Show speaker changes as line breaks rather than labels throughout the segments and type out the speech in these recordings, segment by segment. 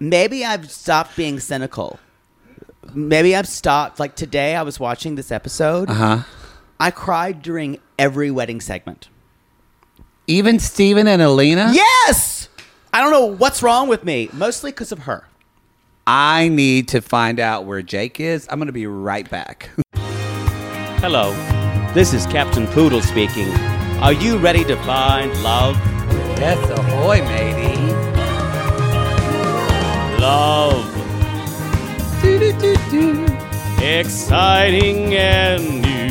maybe I've stopped being cynical. Maybe I've stopped. Like today, I was watching this episode. Uh
Uh-huh.
huh. I cried during every wedding segment.
Even Steven and Elena?
Yes. I don't know what's wrong with me. Mostly because of her.
I need to find out where Jake is. I'm going to be right back.
Hello, this is Captain Poodle speaking. Are you ready to find love?
Yes, ahoy, matey.
Love! Exciting and new.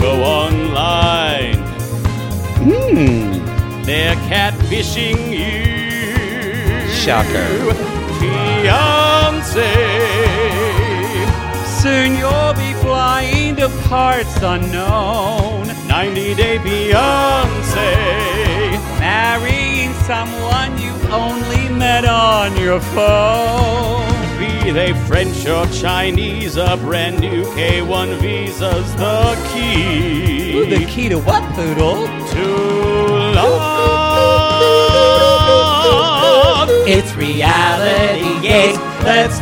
Go online.
Hmm,
They're catfishing you.
Shocker.
Beyonce. Soon you'll be flying to parts unknown. 90 Day Beyonce. Marrying someone you only met on your phone. Be they French or Chinese, a brand new K1 visa's the key.
Ooh, the key to what, Poodle?
to love.
It's reality. Yes, let's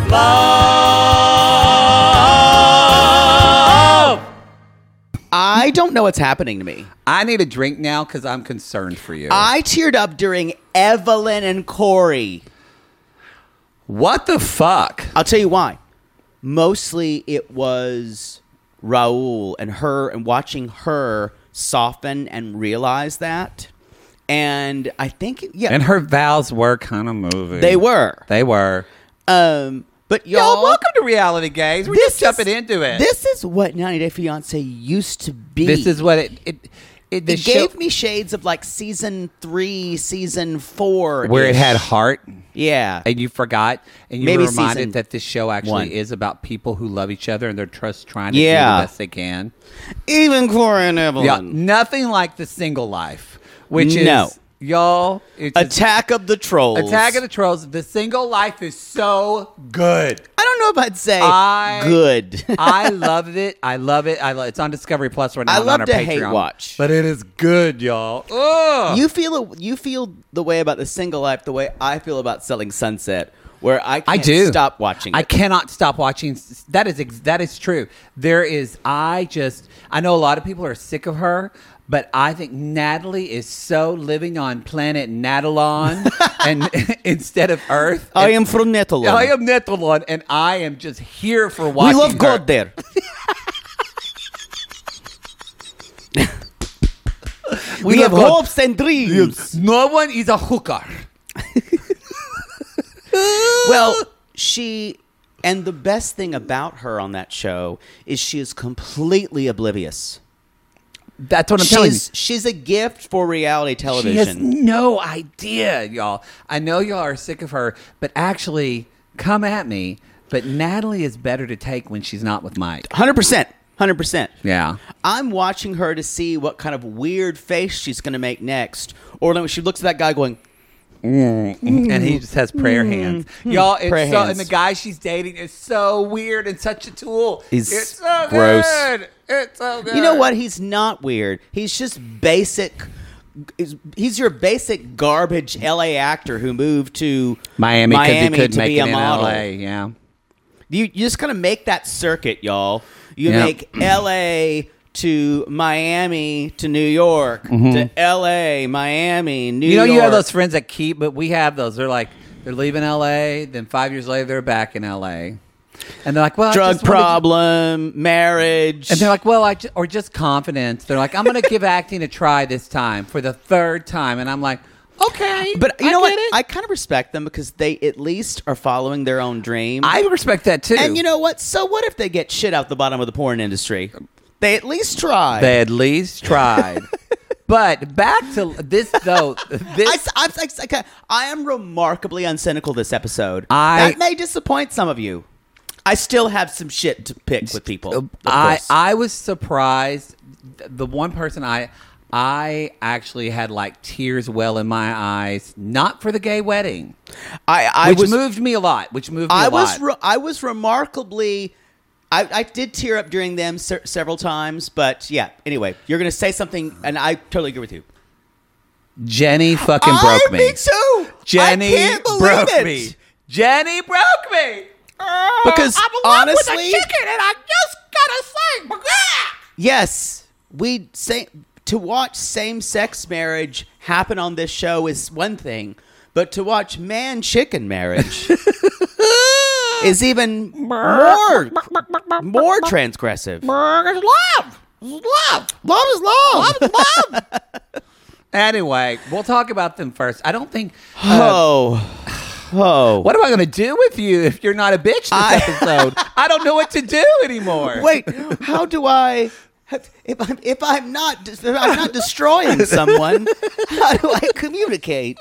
I don't know what's happening to me.
I need a drink now because I'm concerned for you.
I teared up during Evelyn and Corey.
what the fuck?
I'll tell you why. Mostly it was Raul and her and watching her soften and realize that. And I think yeah
And her vows were kind of moving.
they were.
They were.
Um but y'all,
Y'all, welcome to reality, guys. We're just jumping
is-
into it.
This is what 90 Day Fiance used to be.
This is what it. It, it, the
it
show-
gave me shades of like season three, season four.
where it had heart
Yeah.
and you forgot and you
Maybe
were
season
reminded that this show actually
one.
is about people who love each other and they're just trying to
Yeah.
do the best they can.
Even Cora and Evelyn.
Yeah, nothing like the single life, which
No.
is y'all. It's
Attack of the Trolls.
Attack of the Trolls. The single life is so good.
I don't know if I'd say
I-
good.
I loved it. I love it. I love, it's on Discovery Plus right now.
I
and
love
on our
to
Patreon.
hate watch.
but it is good, y'all. Ugh.
you feel you feel the way about the single life the way I feel about Selling Sunset, where I can't
I do
stop watching.
I
it.
cannot stop watching. That is ex- that is true. There is. I just. I know a lot of people are sick of her, but I think Natalie is so living on planet Natalon and instead of Earth.
I
And-
am from Netherlands.
I am Natalon, and I am just here for
We
watching.
love
her.
God there. we,
love
have
God.
hopes and dreams.
No one is a hooker.
Well, she and the best thing about her on that show is she is completely oblivious.
That's what I'm telling you.
She's she's a gift for reality television.
She has no idea, y'all. I know y'all are sick of her, but actually, come at me. But Natalie is better to take when she's not with Mike.
Hundred percent. Hundred percent.
Yeah.
I'm watching her to see what kind of weird face she's going to make next, or like when she looks at that guy going,
and he just has prayer hands. Y'all, it's
Mm-hmm. Prayer
so,
hands.
and the guy she's dating is so weird and such a tool.
He's
it's so
gross.
good. It's so good.
You know what? He's not weird. He's just basic. he's- He's your basic garbage LA actor who moved to
Miami, 'cause
Miami
he could
to
make
be
it
a
in
model.
LA. Yeah.
You, you just kind of make that circuit, y'all. You
Yeah.
make LA to Miami to New York to LA, Miami, New
You know,
York.
you have those friends that keep, but we have those. They're like, they're leaving LA, then five years later, they're back in LA. And they're like, well, I
drug
just wanted to-
problem, marriage.
And they're like, well, I ju- or just confidence. They're like, I'm going to give acting a try this time for the third time. And I'm like, okay.
but you
I
know what?
get it.
I kind of respect them because they at least are following their own dream.
I respect that too.
And you know what? So what if they get shit out the bottom of the porn industry? They at least try.
they at least tried. but back to this though.
I,
This
am remarkably uncynical this episode.
I-
that may disappoint some of you. I still have some shit to pick with people. of
I
course.
I was surprised. Th- The one person I I actually had like tears well in my eyes, not for the gay wedding,
I, I
which
was
moved me a lot. Which moved me
I
a
was
lot.
re- I was remarkably. I, I did tear up during them se- several times, but yeah. Anyway, you're gonna say something, and I totally agree with you.
Jenny fucking
I,
broke me.
too.
Jenny
I can't believe
broke
it.
me. Jenny broke me. Oh,
Because
I'm in love with a
honestly-
chicken, and I just gotta say,
Yes, we say to watch same-sex marriage happen on this show is one thing, but to watch man-chicken marriage is even more more transgressive.
Burgers love. Love. Love is love. Love is love. anyway, we'll talk about them first. I don't think. uh,
Oh, oh.
What am I going to do with you if you're not a bitch this episode? I don't know what to do anymore.
Wait, how do I? If I'm if I'm not if I'm not destroying someone, how do I communicate?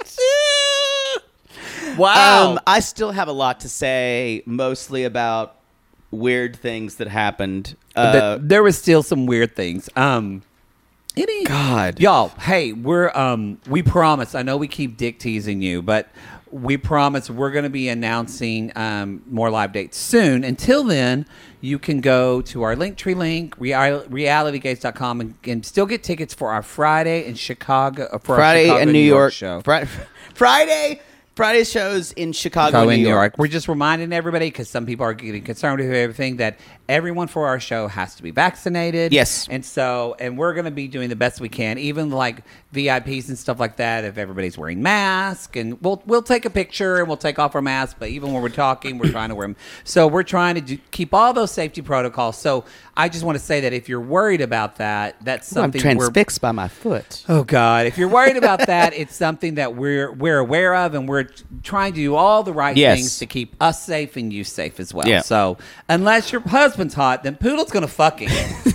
Wow.
Um, I still have a lot to say, mostly about weird things that happened. Uh,
Th- there was still some weird things. Um, any
God.
y'all. Hey, we're um, we promise. I know we keep dick teasing you, but we promise we're going to be announcing um, more live dates soon. Until then, you can go to our Linktree link, real- realitygates.com, and, and still get tickets for our Friday in Chicago, uh, for our
Friday
Chicago,
and New York,
show.
Fri- Friday, Friday shows in Chicago,
Chicago
and New York.
We're just reminding everybody because some people are getting concerned with everything that everyone for our show has to be vaccinated.
Yes.
and so and we're going to be doing the best we can, even like VIPs and stuff like that. If everybody's wearing masks, and we'll we'll take a picture and we'll take off our masks, but even when we're talking, we're trying to wear them. So we're trying to do, keep all those safety protocols. So I just want to say that if you're worried about that, that's
I'm
something we're
transfixed by my foot.
Oh God! If you're worried about that, it's something that we're we're aware of, and we're t- trying to do all the right
Yes.
things to keep us safe and you safe as well.
Yeah.
So unless your husband's hot, then Poodle's gonna fuck him.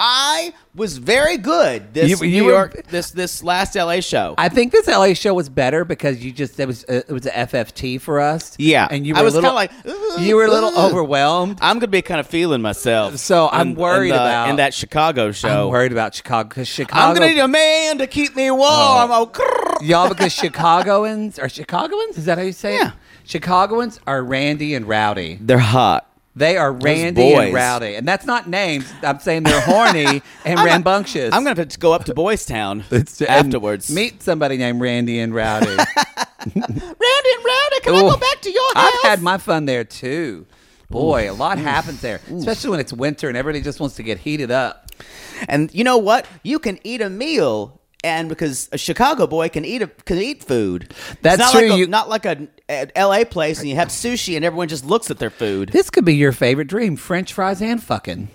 I was very good this
You- you
New
were-
York this this last LA show.
I think this LA show was better because you just it was uh, it was a FFT for us.
Yeah.
and you
I
were
was
a little
kinda like,
you were a little
"Ugh, ugh."
overwhelmed.
I'm gonna be kind of feeling myself.
So I'm
in-
worried
in the-
about-
in that Chicago show.
I'm worried about Chicago because Chicago.
I'm gonna need a man to keep me warm. Oh. grrr.
Y'all, because Chicagoans are Chicagoans. Is that how you say it?
Yeah.
Chicagoans are randy and rowdy.
They're hot.
They are randy
boys.
and rowdy, and that's not names. I'm saying they're horny and rambunctious.
I'm gonna have to go up to Boys Town
It's- and
afterwards.
meet somebody named Randy and Rowdy.
Randy and Randy, can I
Ooh,
go back to your house?
I've had my fun there too. Boy, a lot happens there, especially when it's winter and everybody just wants to get heated up.
And you know what? You can eat a meal, and because a Chicago boy can eat a, can eat food.
That's
it's not
true,
Like a,
you-
not like a, a L.A. place, and you have sushi, and everyone just looks at their food.
This could be your favorite dream: French fries and fucking.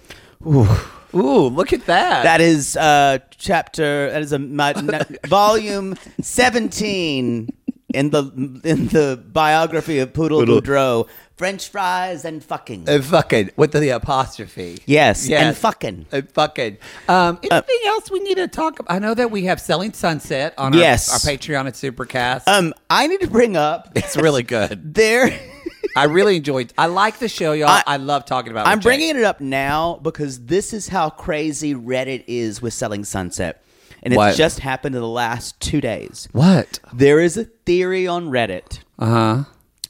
Ooh, look at that.
That is uh, chapter. That is a my, n- volume seventeen in the in the biography of Poodle Boudreau. French fries and fucking.
And fucking with the apostrophe.
Yes, and fucking.
And fucking. Uh, Um,
Uh,
anything else we need to talk about? I know that we have Selling Sunset on our,
Yes.
our Patreon at Supercast.
um, I need to bring up
it's really good.
there.
I really enjoyed I like the show, y'all. I,
I-
love talking about it.
I'm
with Jay.
bringing it up now because this is how crazy Reddit is with selling Sunset. and
What?
it's just happened in the last two days.
What?
There is a theory on Reddit Uh-huh.
Uh huh.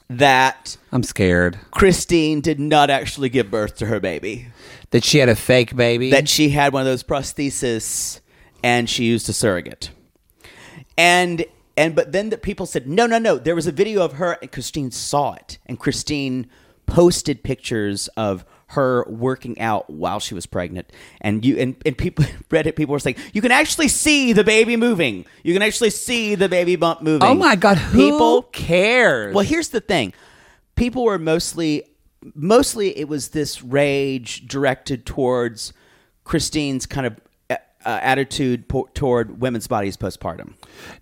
that
I'm scared
Christine did not actually give birth to her baby.
that she had a fake baby.
That she had one of those prostheses and she used a surrogate. And and but then the people said, "No, no, no. There was a video of her and Christine saw it and Christine posted pictures of her working out while she was pregnant and you and, and people reddit people were saying you can actually see the baby moving you can actually see the baby bump moving
oh my god, who
people
cares?
well, here's the thing. People were mostly mostly it was this rage directed towards Christine's kind of uh, uh, attitude po- toward women's bodies postpartum.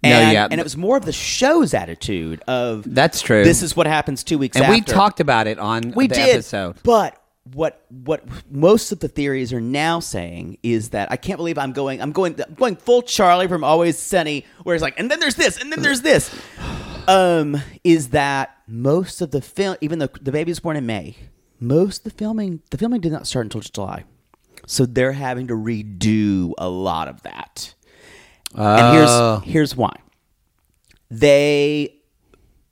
And,
yeah.
and it was more of the show's attitude of
That's true.
This is what happens 2 weeks
and we
after."
talked about it on
we
the
did,
episode.
But what what most of the theories are now saying is that I can't believe I'm going I'm going I'm going full Charlie from Always Sunny, where it's like, and then there's this, and then there's this. Um, is that most of the film, even though the baby was born in May, most of the filming the filming did not start until July, so they're having to redo a lot of that.
Oh.
And here's here's why they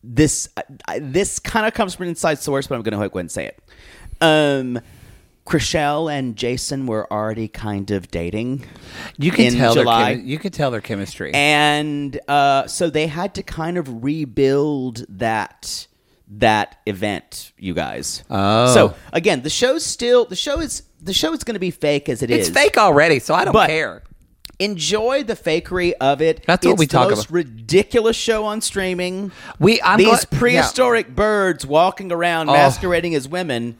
this I- I- this kind of comes from an inside source, but I'm going to go ahead and say it. Um, Chriselle and Jason were already kind of dating,
You can
in
tell
July.
their chemi- you can tell their chemistry.
and uh, so they had to kind of rebuild that that event. You guys.
Oh.
so again, the show's still the show is the show is going to be fake as it
it's
is.
fake already, so I don't
But-
care.
Enjoy the fakery of it.
That's what
It's
we
the
talk
most
about.
Ridiculous show on streaming.
We I'm
these
gl-
prehistoric birds walking around
Oh.
masquerading as women.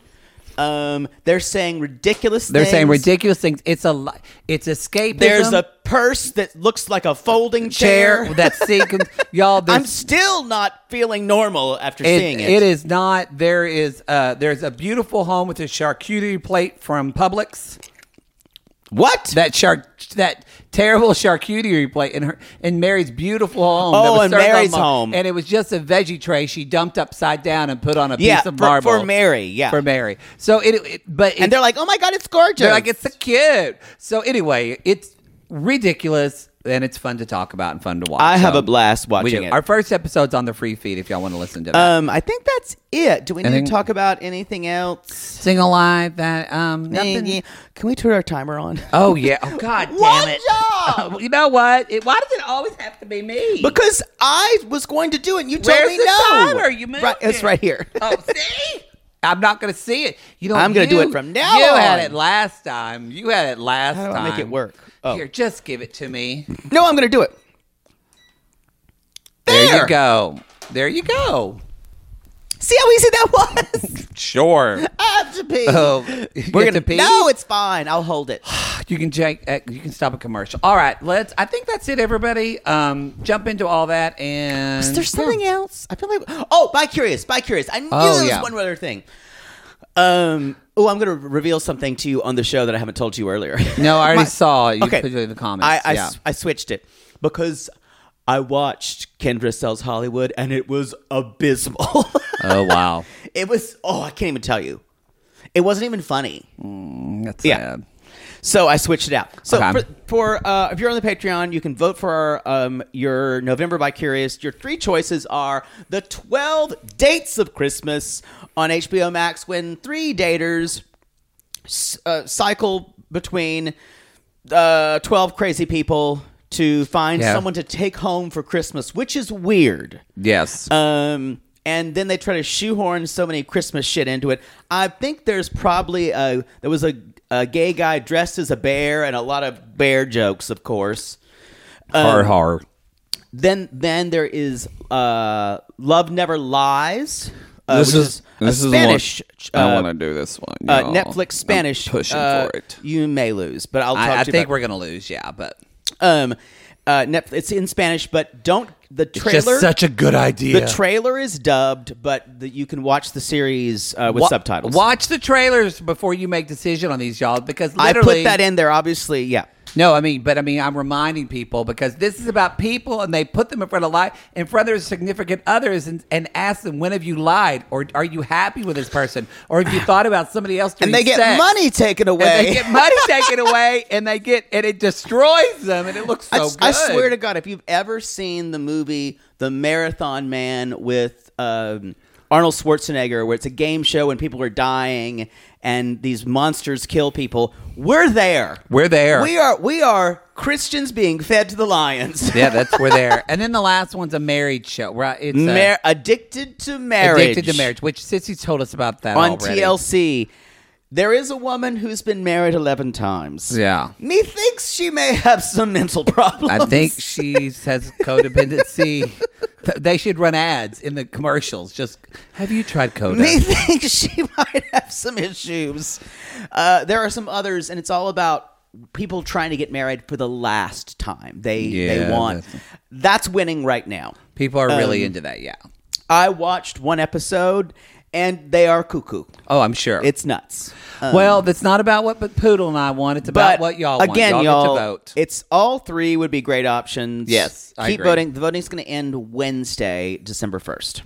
Um, they're saying ridiculous.
Yeah. They're saying
things.
ridiculous things. It's a li- it's escapism.
There's a purse that looks like a folding chair.
chair that sequence. Y'all,
I'm
there's-
still not feeling normal after
it-
seeing it.
it is not. There is uh, there's a beautiful home with a charcuterie plate from Publix.
what?
That shark, that terrible charcuterie plate in her in Mary's beautiful home. that
Oh,
was
in
served on
Mary's
my-
home.
and it was just a veggie tray she dumped upside down and put on a
yeah,
piece of
for,
marble
for Mary. Yeah,
for Mary. So it, it- but it,
and they're like, "Oh my God, it's gorgeous."
they're like it's so cute. So anyway, it's ridiculous and it's fun to talk about and fun to watch.
I have
So
a blast
we do.
watching it.
Our first episode's on the free feed if y'all want to listen to that.
um, I think that's it. Do we need
Anything-
to talk about anything else?
Sing alive that um nothing.
Can we turn our timer on?
Oh yeah! Oh God
One
damn it! Uh,
job!
you know what? It, why does it always have to be me?
Because I was going to do it. And you told
Where's
me
the
no.
timer? You moved
right, It's
it.
right here.
Oh, see? I'm not going to see it. You know,
I'm gonna do
you-
it from now
You had
on.
it last time. You had it last
How do
time.
I make it work? Oh.
Here, just give it to me.
No, I'm going to do it.
There,
There.
you go. There you go.
See how easy that was?
Sure.
I have to pee.
Oh, you
We're
get
gonna
to pee?
No, it's fine. I'll hold it.
You can jank, uh, you can stop a commercial. All right, let's. I think that's it, everybody. Um, jump into all that and.
Is there something else? I feel like oh, by curious, by curious. I knew
Oh,
there was
yeah.
one other thing. Um. Oh, I'm going to reveal something to you on the show that I haven't told you earlier.
No, I already
My-
saw you put it in the comments.
I, I,
Yeah.
s- I switched it because I watched Kendra Sells Hollywood and it was abysmal.
Oh wow,
It was oh, I can't even tell you. It wasn't even funny.
that's
Yeah.
sad.
So I switched it out. So
Okay.
for, for uh, if you're on the Patreon, you can vote for our, um, your November by Curious. Your three choices are the 12 dates of Christmas on HBO Max when three daters s- uh, cycle between uh, 12 crazy people to find
Yeah.
someone to take home for Christmas, which is weird.
Yes.
Um, and then they try to shoehorn so many Christmas shit into it. I think there's probably a there was a, a gay guy dressed as a bear and a lot of bear jokes, of course. Um,
hard, hard.
Then then there is uh, Love Never Lies. Uh,
This
which
is-
a
this is one-
Spanish. uh,
do this one.
uh, Netflix Spanish. uh, You may lose, but I'll talk
I, I
to you
think
about-
we're gonna lose. Yeah, but
um, uh, Netflix. It's in Spanish, but don't the trailer.
a good idea.
the trailer is dubbed, but the, you can watch the series uh, with
Wa-
subtitles.
Watch the trailers before you make decision on these, y'all, because
I
literally
put that in there, obviously. Yeah.
No, I mean, but I mean, I'm reminding people because this is about people, and they put them in front of li in front of their significant others, and, and ask them, "When have you lied? Or are you happy with this person? Or have you thought about somebody else?"
And
during
they get
sex?"
money taken away.
And they get money taken away, and they get and it destroys them, and it looks so
I,
good.
I swear to God, if you've ever seen the movie The Marathon Man with um, Arnold Schwarzenegger, where it's a game show and people are dying and these monsters kill people, we're there.
We're there.
We are. We are Christians being fed to the lions.
yeah, that's we're there. And then the last one's a marriage show, right? It's a-
Mar- addicted to marriage.
addicted to marriage, which Sissy told us about that
on
already.
TLC. There is a woman who's been married eleven times.
Yeah.
Methinks she may have some mental problems.
I think she has codependency. Th- they should run ads in the commercials. Just have you tried coda?
Me think she might have some issues. Uh, there are some others, and it's all about people trying to get married for the last time. They
Yeah,
they want.
that's-
That's, winning right now.
People are really
Um,
into that. Yeah.
I watched one episode, and they are cuckoo.
Oh, I'm sure.
It's nuts. Um,
well, that's not about what but Poodle and I want. It's about
but
what y'all
again,
want.
y'all,
get to vote.
it's all three would be great options.
Yes,
keep
I agree.
voting. The voting's going to end Wednesday, December first.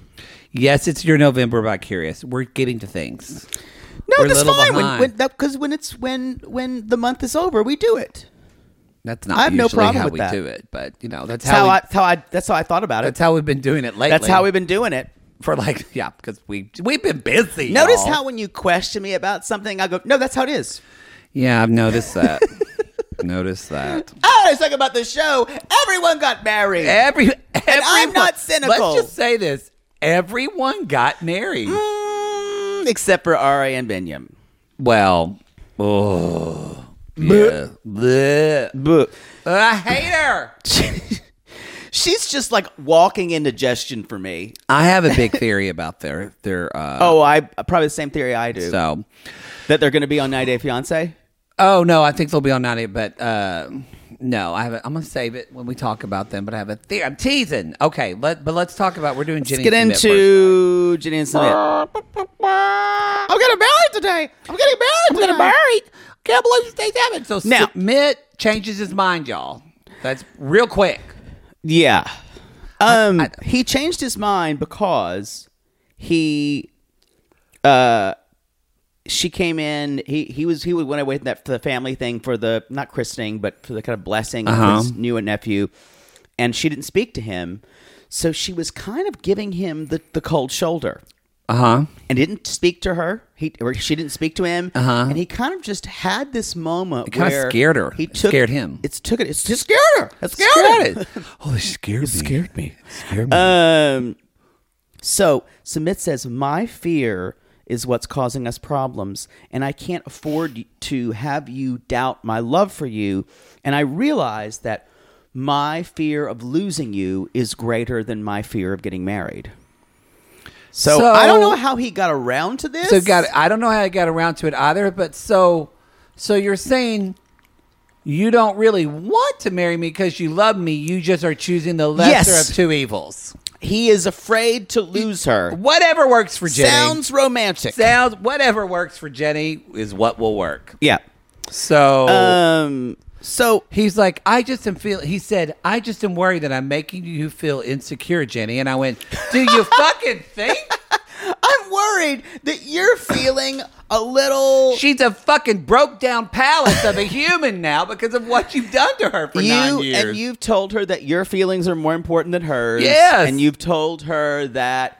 yes, it's your November by Curious. We're getting to things.
No,
We're a
that's
little
fine.
behind.
When, when, because when it's when when the month is over, we do it.
That's not
I have no
usually
problem
how
with
we
that.
do it, but you know that's
That's how,
we,
I, that's how I that's how I thought about it.
that's how we've been doing it lately.
That's how we've been doing it.
for like yeah because we we've been busy.
Notice
y'all.
how when you question me about something, I go, "No, that's how it is."
yeah I've noticed that. noticed that.
Oh, it's talking about the show. Everyone got married.
Every, everyone,
I'm not cynical.
Let's just say this: everyone got married.
Mm, except for Ari and Binyam.
Well, oh, yeah. Bleh. I hate her.
She's just like walking indigestion for me.
I have a big theory about their their. Uh,
Oh, I probably the same theory I do
so,
that they're going to be on 90 Day Fiance.
oh no, I think they'll be on ninety, but uh, no, I have. A, I'm gonna save it when we talk about them. But I have a theory. I'm teasing. Okay, let but let's talk about. We're doing.
Let's
Jenny
get
Smith
into Jenny and Smith. I'm getting married today. I'm getting married.
first. We're gonna marry. Can't believe this thing's happened. So
Now-
Smith changes his mind, y'all. That's real quick.
Yeah. Um, he changed his mind because he, uh, she came in. He he was he went away with that for the family thing for the not christening but for the kind of blessing
Uh-huh.
of his new nephew, and she didn't speak to him, so she was kind of giving him the the cold shoulder
Uh huh.
and didn't speak to her. He or she didn't speak to him. Uh-huh. And he kind of just had this moment.
kinda
where
scared her.
He
It
took,
scared him.
It's took it. It's just scared her. It scared, her.
oh, they scared me. Scared me. Scared me.
Um, so Submit says, My fear is what's causing us problems, and I can't afford to have you doubt my love for you. And I realize that my fear of losing you is greater than my fear of getting married. So,
So-
I don't know how he got around to this.
so got. I don't know how I got around to it either. But so, so you're saying you don't really want to marry me because you love me. You just are choosing the lesser
Yes.
of two evils.
He is afraid to lose her.
Whatever works for Jenny.
Sounds romantic.
Sounds- Whatever works for Jenny is what will work.
yeah.
So.
Um. So
He's like, I just am feel. He said, I just am worried that I'm making you feel insecure, Jenny. And I went, Do you fucking think?
I'm worried that you're feeling a little.
She's a fucking broke down palace of a human now because of what you've done to her for
you
nine years.
and you've told her that your feelings are more important than hers.
Yes.
and you've told her that.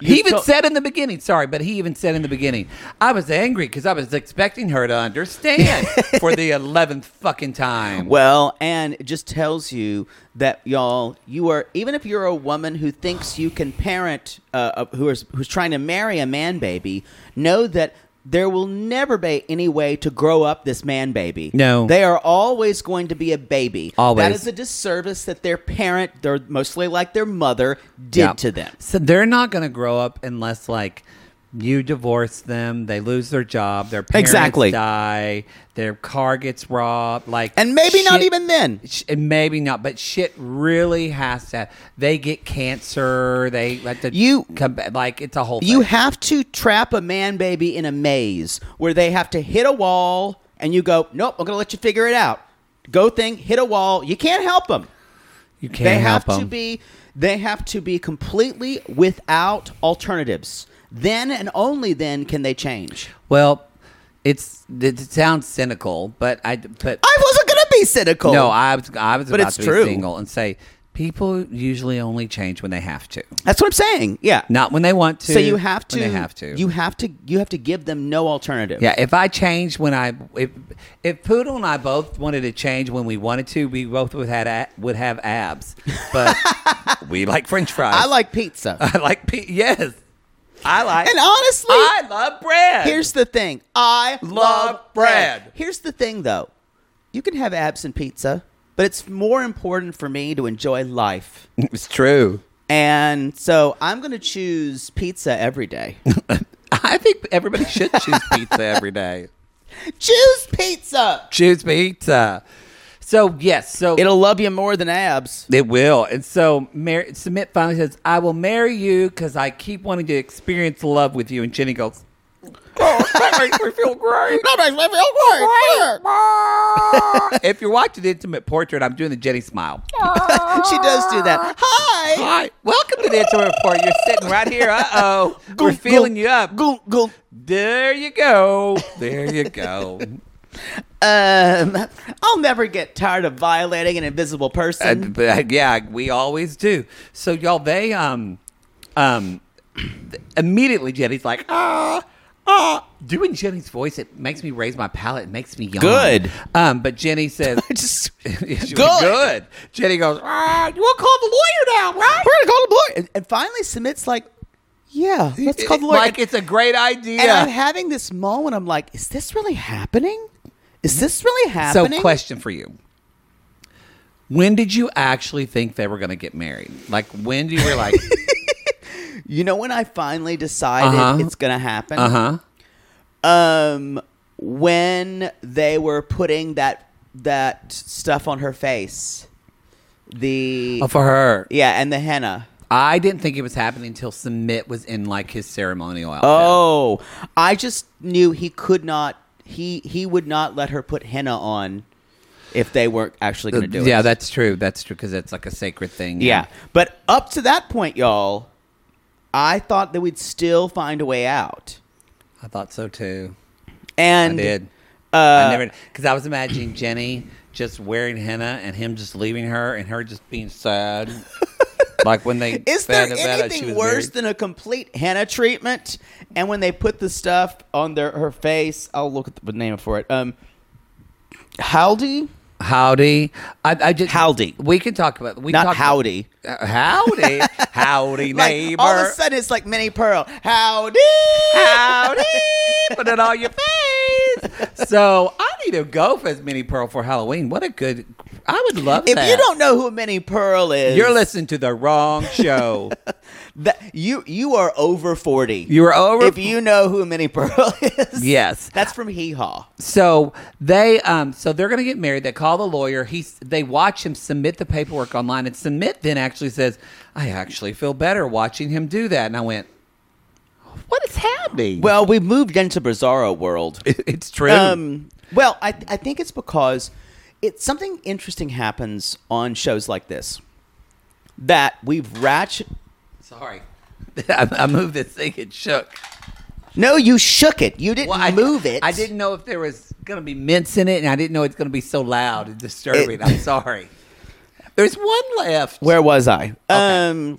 he
you've
even
to-
said in the beginning, sorry, but he even said in the beginning, I was angry because I was expecting her to understand for the eleventh fucking time.
Well, and it just tells you that y'all, you are even if you're a woman who thinks you can parent, uh, uh, who is who's trying to marry a man baby, know that there will never be any way to grow up this man baby.
No.
they are always going to be a baby. that
Always.
is a disservice that their parent, they're mostly like their mother, did
Yeah.
to them.
So they're not going to grow up unless like you divorce them, they lose their job, their parents
Exactly.
die, their car gets robbed, like
And maybe not
shit-
even then.
sh- and maybe not, but shit really has to. They get cancer. They like to
You-
come back, like it's a whole.
You
thing.
have to trap a man baby in a maze where they have to hit a wall and you go, nope, I'm going to let you figure it out. go thing, hit a wall. You can't help them.
You can't
They have
help 'em.
to be. They have to be completely without alternatives. Then and only then can they change.
Well, it's it sounds cynical, but I but
I wasn't gonna be cynical.
no, I was I was
But
about
it's
to
true.
be single and say people usually only change when they have to,
that's what I'm saying. Yeah,
not when they want to.
so you have to.
When they have to.
You have to. You have to give them no alternative.
yeah, if I changed when I if if Poodle and I both wanted to change when we wanted to, we both would had a, would have abs, but we like French fries.
I like pizza.
I like pe- yes, I like
And honestly,
I love bread.
Here's the thing. I love,
Love bread.
Here's the thing, though. You can have abs and pizza, but it's more important for me to enjoy life.
it's true.
And so I'm going to choose pizza every day.
I think everybody should choose pizza every day.
choose pizza.
Choose pizza. So yes, so
It'll love you more than abs.
It will. And so Mar- Submit finally says, I will marry you because I keep wanting to experience love with you. And Jenny goes, Oh, that makes me feel great.
That makes me feel great.
if you're watching the intimate portrait, I'm doing the Jenny smile.
she does do
Ah.
that. Hi.
Hi. Welcome to the intimate portrait. You're sitting right here. Uh oh. We're
Goop,
feeling
goop,
you up.
Goop, goop.
There you go. There you go.
Um, I'll never get tired of violating an invisible
Uh,
person.
but, uh, yeah, we always do. So y'all, they um, um, th- immediately Jenny's like ah. ah. Doing Jenny's voice, it makes me raise my palate. It makes me yawn.
Good.
Um, but Jenny says,
Just
good.
Good.
good. Jenny goes, ah, you will call the lawyer now, right?
We're gonna call the lawyer. And, and finally, Submit's like, yeah, let's call the lawyer.
Like it's a great idea.
and I'm having this moment. I'm like, is this really happening? Is this really
so,
happening?
question for you. When did you actually think they were going to get married? Like, when you were like,
You know when I finally decided
Uh-huh.
it's gonna happen?
uh huh?
Um, when they were putting that that stuff on her face, the
Oh, for her.
yeah, and the henna.
I didn't think it was happening until Submit was in like his ceremonial outfit.
Oh, I just knew he could not. He he would not let her put henna on if they weren't actually
Uh,
gonna do it.
yeah, that's true. That's true because it's like a sacred thing.
Yeah. But up to that point, y'all, I thought that we'd still find a way out.
I thought so too.
And
I did.
Uh,
I never because I was imagining Jenny just wearing henna and him just leaving her and her just being sad, like when they
is there
found out that she
anything
was
worse
married.
than a complete henna treatment? And when they put the stuff on their her face, I'll look at the name for it. Um, howdy,
howdy? I, I just
Howdy.
We can talk about we
not
talked-
howdy.
Uh, howdy, howdy,
Like,
neighbor.
all of a sudden, it's like Minnie Pearl. Howdy,
Howdy, put it on your face. So I need to go for as mini pearl for Halloween. What a good! I would love
If
that.
you don't know who Minnie Pearl is,
you're listening to the wrong show.
that- you you are over forty.
You are over-
If you know who Minnie Pearl is,
yes.
that's from Hee Haw.
So they, um, so they're gonna get married. They call the lawyer. He's. They watch him submit the paperwork online, and submit then actually says, "I actually feel better watching him do that." And I went, "What is happening?"
Well, we moved into Bizarro world.
it's true.
Um, well, I, I think it's because it something interesting happens on shows like this that we've ratchet.
Sorry, I, I moved this thing. It shook.
No, you shook it. You didn't
Well, I
move it.
I didn't know if there was gonna be mints in it, and I didn't know it's gonna be so loud and disturbing.
It-
I'm sorry. There's one left.
Where was I? Um,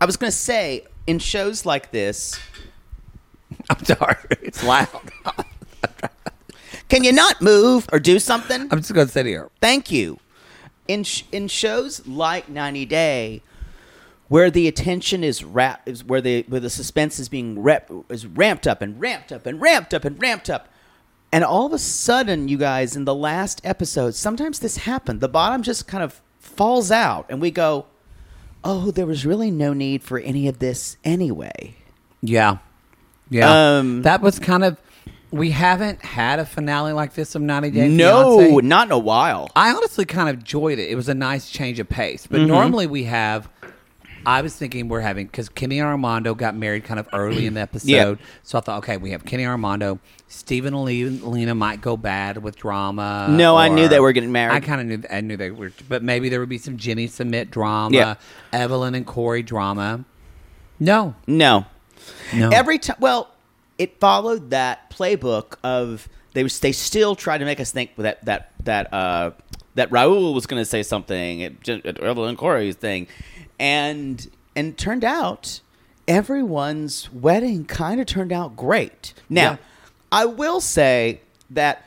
I was going to say in shows like this.
I'm sorry. It's loud.
Can you not move or do something?
I'm just gonna sit here.
Thank you. In sh- in shows like 90 Day, where the attention is wrapped, is where the where the suspense is being rep- is ramped up and ramped up and ramped up and ramped up, and all of a sudden, you guys, in the last episode, sometimes this happened. The bottom just kind of falls out, and we go, "Oh, there was really no need for any of this anyway."
Yeah. Yeah.
Um,
that was kind of. We haven't had a finale like this of 90 Day
No,
Fiancé.
not in a while. Mm-hmm.
I honestly kind of enjoyed it. It was a nice change of pace. But normally we have I was thinking we're having because Kimmy and Armando got married kind of early in the episode,
Yeah.
so I thought, okay, we have Kimmy and Armando. Stephen and Le- Lena might go bad with drama.
No, I knew
or-
they were getting married.
I kind of knew. I knew they were, but maybe there would be some Jimmy submit drama.
Yeah.
Evelyn and Corey drama. No,
No.
no.
Every time, well, it followed that playbook of they was- they still tried to make us think that that that uh, that Raul was going to say something, it, ju- it- Evelyn Corey's thing, and and turned out everyone's wedding kind of turned out great. Now,
Yeah.
I will say that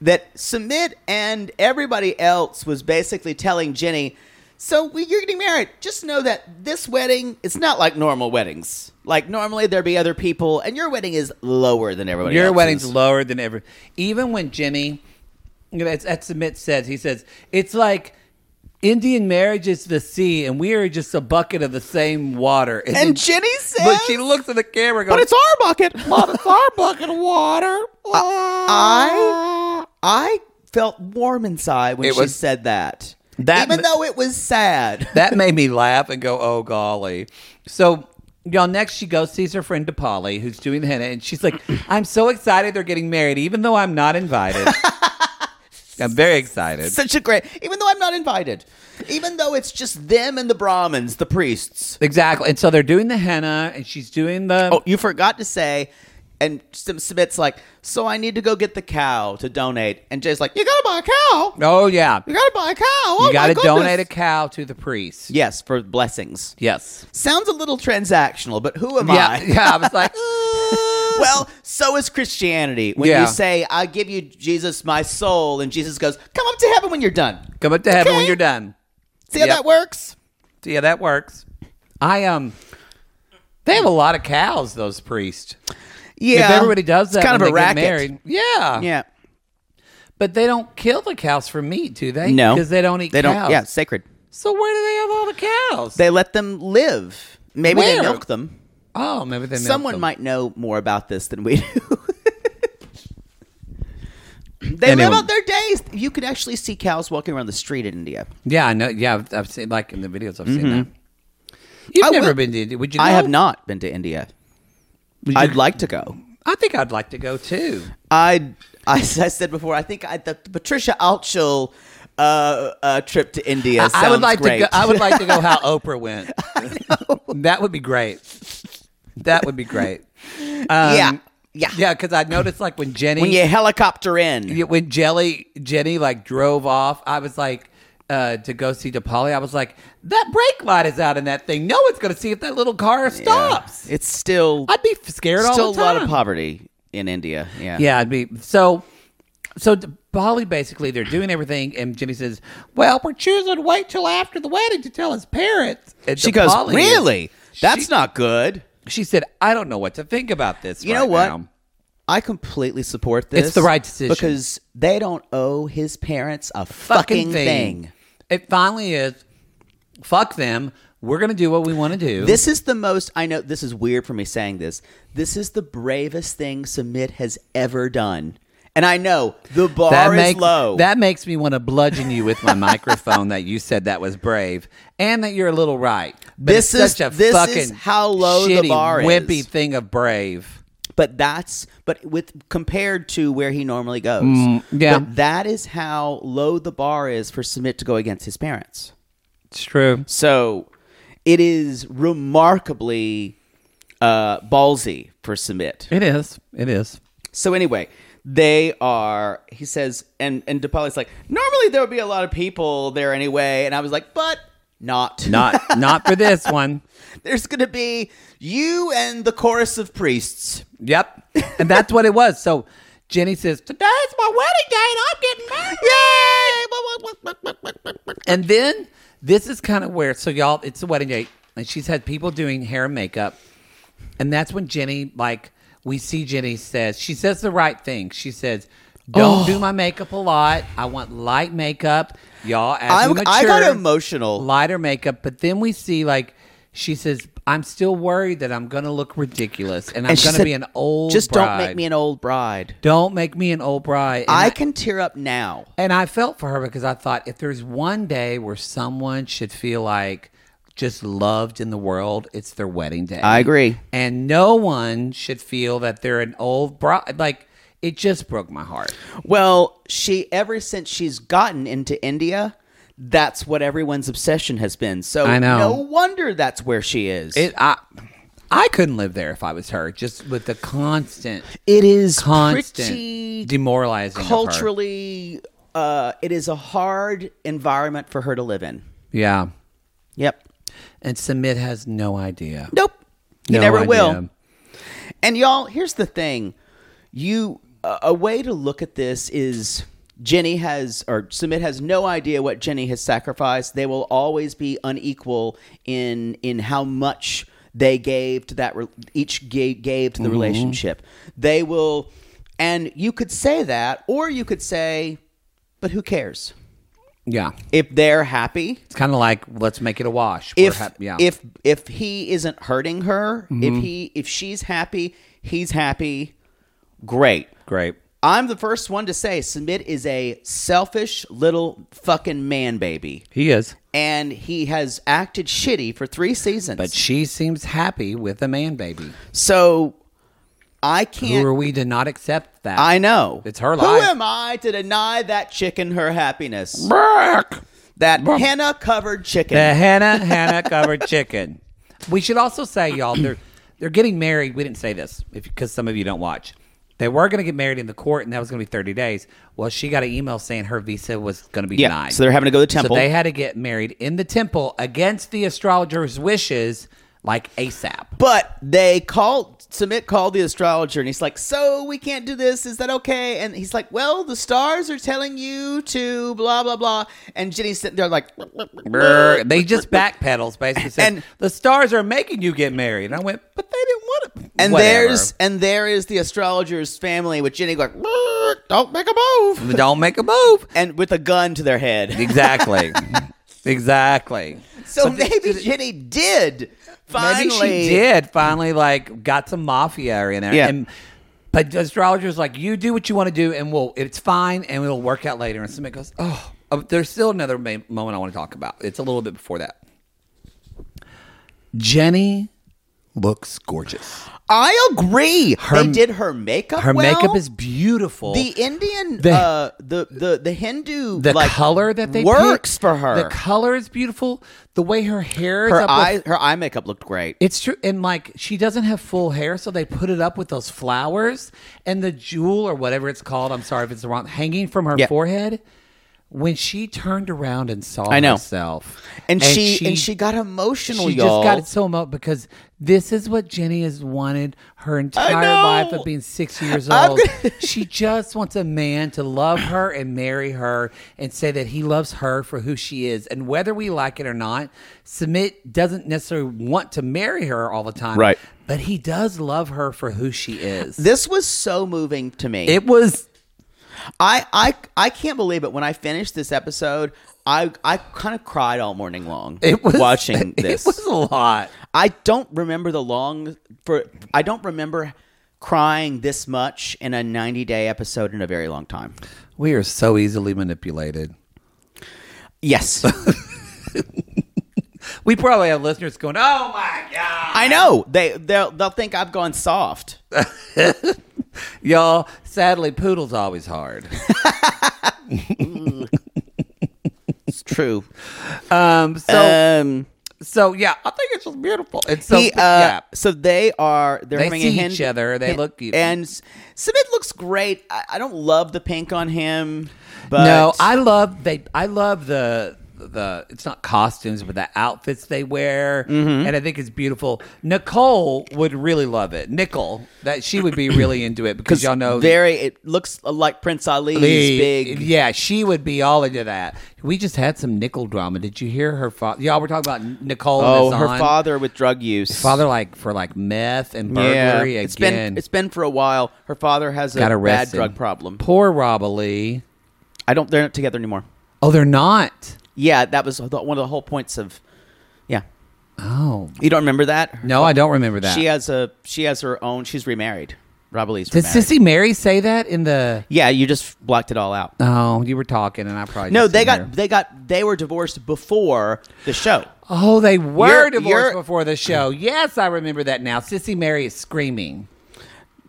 that Submit and everybody else was basically telling Jenny, so we, you're getting married. Just know that this wedding, it's not like normal weddings. Like normally there'd be other people, and your wedding is lower than everybody
Your
else's.
wedding's lower than ever. Even when Jimmy, you know, that's, that's Submit says, he says, it's like Indian marriage is the sea and we are just a bucket of the same water.
And Jenny says,
but she looks at the camera going,
but it's our bucket.
"Mom, it's our bucket of water.
I I felt warm inside when
It
she
was-
said that.
That
Even
ma-
though it was sad.
that made me laugh and go, oh golly. So y'all next she goes sees her friend DePauli who's doing the henna and she's like, I'm so excited they're getting married, even though I'm not invited. I'm very excited.
Such a great, even though I'm not invited, even though it's just them and the Brahmins, the priests.
Exactly. And so they're doing the henna and she's doing the
Oh, you forgot to say, and Sim- Smith's like, so I need to go get the cow to donate, and Jay's like, you gotta buy a cow.
Oh, yeah.
You gotta buy a cow. Oh,
You got to
my goodness."
donate a cow to the priest.
Yes, for blessings.
Yes.
Sounds a little transactional, but who am
Yeah.
I?
Yeah. I was like,
well, so is Christianity. When
Yeah.
you say, I give you, Jesus, my soul, and Jesus goes, come up to heaven when you're done.
come up to heaven when
Okay.
you're done.
See how
Yep.
that works?
So, yeah, that works. I um, they have a lot of cows. Those priests.
Yeah.
If everybody does that,
it's kind
when
of a
they get
racket.
married- Yeah.
Yeah.
But they don't kill the cows for meat, do they?
No.
because they don't eat
They
cows.
don't, yeah, sacred.
So where do they have all the cows?
They let them live. Maybe
Where?
they milk them.
oh, maybe they. milk
Someone
them.
might know more about this than we do. they live
Anyway.
out their days. You could actually see cows walking around the street in India.
Yeah, I know. Yeah, I've, I've seen like in the videos. I've seen that. You've
Mm-hmm. I
never
would-
been to India? Would you?
I
go?
have not been to India. I'd like to go.
I think I'd like to go too.
I, I, I said before. I think I, the Patricia Altschul uh, uh, trip to India.
I- I would
sounds
like
great.
to go. I would like to go how Oprah went. that would be great. That would be great. Um,
yeah, yeah.
yeah. Because I noticed like when Jenny,
When you helicopter in,
Yeah, when Jelly Jenny like drove off, I was like. Uh, to go see DePauli, I was like, "That brake light is out in that thing. No one's going to see if that little car stops."
it's still
I'd be scared all the
still a lot of
time.
poverty in India. Yeah,
Yeah, I'd be so. So Bali basically they're doing everything, and Jimmy says, "Well, we're choosing to wait till after the wedding to tell his parents." And
She goes,
Dipali is-
really? That's
she-
not good.
She said, "I don't know what to think about this."
You
right
know what?
now."
I completely support this.
It's the right decision.
because they don't owe his parents a fucking, thing.
It finally is. Fuck them. We're gonna do what we want to do.
This is the most. I know this is weird for me saying this. This is the bravest thing Submit has ever done, and I know the bar
that
is
makes
low.
that makes me want to bludgeon you with my microphone that you said that was brave and that you're a little right. But
This
it's
is-
such a
this is
fucking
how low the
shitty,
bar is.
wimpy thing of brave.
but that's but with compared to where he normally goes.
Mm, yeah.
But that is how low the bar is for Submit to go against his parents.
It's true.
So it is remarkably uh, ballsy for Submit.
It is. It is.
So anyway, they are. He says, and and DePauli's like, normally there would be a lot of people there anyway, and I was like, but not.
Not not for this one.
There's going to be you and the chorus of priests.
Yep. And that's what it was. So Jenny says, Today's my wedding day and I'm getting married. And then this is kind of where so y'all it's the wedding day and she's had people doing hair and makeup. And that's when Jenny like we see Jenny says she says the right thing. She says don't
Oh.
do my makeup a lot. I want light makeup. Y'all as
I'm,
we
I got
mature-
emotional.
lighter makeup, but then we see like she says, "I'm still worried that I'm going to look ridiculous and I'm
And she
going to
said,
be an old
Just don't make
bride.
me an old bride.
don't make me an old bride." And
I can tear up now.
and I felt for her because I thought if there's one day where someone should feel like just loved in the world, it's their wedding day.
I agree.
And no one should feel that they're an old bride. Like, it just broke my heart.
Well, she ever since she's gotten into India, that's what everyone's obsession has been. So
I know.
no wonder that's where she is.
It, I, I couldn't live there if I was her, just with the constant,
it is
constant
pretty
demoralizing. of her.
culturally uh, it is a hard environment for her to live in.
Yeah.
Yep.
And Samit has no idea.
Nope. You
No
never
idea.
will. And y'all, here's the thing. You a a way to look at this is Jenny has or Submit has no idea what Jenny has sacrificed. They will always be unequal in in how much they gave to that re- each gave, gave to the
Mm-hmm.
relationship. They will and you could say that or you could say but who cares?
Yeah.
If they're happy,
It's kind of like, let's make it a wash. We're
if
hap- yeah. Mm-hmm.
if if he isn't hurting her, if he if she's happy, he's happy. Great.
Great.
I'm the first one to say Submit is a selfish little fucking man baby.
He is.
And he has acted shitty for three seasons.
But she seems happy with a man baby.
so I can't
Who are we to not accept that?
I know.
It's her
Who
life.
am I to deny that chicken her happiness? That henna covered chicken.
The Hannah Hannah covered chicken. We should also say, y'all, they're they're getting married. We didn't say this because some of you don't watch. They were going to get married in the court, and that was going to be thirty days. Well, she got an email saying her visa was going to be
Yeah,
denied.
so they're having to go to the temple.
So they had to get married in the temple against the astrologer's wishes, like ASAP.
But they called Submit called the astrologer and he's like, So we can't do this, is that okay? And he's like, Well, the stars are telling you to blah blah blah and Jenny's sitting there like
Brr. they just backpedals basically. Says,
And-
the stars are making you get married. And I went, but they didn't want to.
And
Whatever.
there's and there is the astrologer's family with Jenny going, "Brr, Don't make a move
don't make a move.
and with a gun to their head.
Exactly. exactly.
So maybe Jenny did finally
Maybe she did finally like got some mafia in there.
Yeah.
And but the astrologer's like, you do what you want to do, and we'll it's fine, and it'll work out later. And somebody goes, oh, oh, there's still another ma- moment I want to talk about. It's a little bit before that. Jenny looks gorgeous.
I agree.
Her-
they did her makeup.
Her
well.
makeup is beautiful.
the Indian,
The-
uh, the the the Hindu,
the
like,
color that they
works
picked,
for her.
The color is beautiful. The way her hair is
her
up with-
eye her eye makeup looked great.
It's true. And like, she doesn't have full hair, so they put it up with those flowers and the jewel or whatever it's called. I'm sorry if it's wrong, hanging from her
Yeah.
forehead. When she turned around and saw
I know.
herself,
and, she, and she got emotional,
she
y'all.
just got it so emotional because this is what Jenny has wanted her entire life
know.
of being six years
I'm
old.
gonna-
she just wants a man to love her and marry her and say that he loves her for who she is. And whether we like it or not, Submit doesn't necessarily want to marry her all the time.
Right.
But he does love her for who she is.
this was so moving to me.
it was
I, I I can't believe it. When I finished this episode, I I kind of cried all morning long.
it was
watching this.
It was a lot.
I don't remember the long for. I don't remember crying this much in a 90 day episode in a very long time.
We are so easily manipulated.
Yes,
We probably have listeners going, "Oh my god."
I know they they'll, they'll think I've gone soft.
Y'all, sadly, poodle's always hard.
It's true.
Um, so,
Um.
so yeah, I think it's just beautiful. It's so
he, uh,
yeah.
So they are. They're
They
having a
see
hand-
each other. They look cute.
And Submit looks great. I, I don't love the pink on him, but
no, I love they. I love the the. It's not costumes, but the outfits they wear,
Mm-hmm.
and I think it's beautiful. Nicole would really love it. Nicole, that she would be really into it because y'all know
very. It looks like Prince Ali's
Lee-
big.
Yeah, she would be all into that. We just had some Nicole drama. Did you hear her father? Y'all were talking about Nicole.
Oh,
and
her
Hassan.
father with drug use.
Father, like for like meth and burglary again.
It's been it's been for a while. Her father has a
got
bad
arrested.
drug problem.
Poor Robba Lee.
I don't. They're not together anymore.
Oh, they're not.
Yeah, that was the, one of the whole points of. Yeah,
Oh
you don't remember that?
no, I don't remember that.
She has a she has her own. She's remarried. Rob Elise. were
Did
married.
Sissy Mary say that in the?
Yeah, you just blocked it all out.
Oh, you were talking, and I probably
No,
just
they
didn't
got
hear.
they got they were divorced before the show.
Oh, they were
You're-
divorced
you're-
before the show. Yes, I remember that now. Sissy Mary is screaming.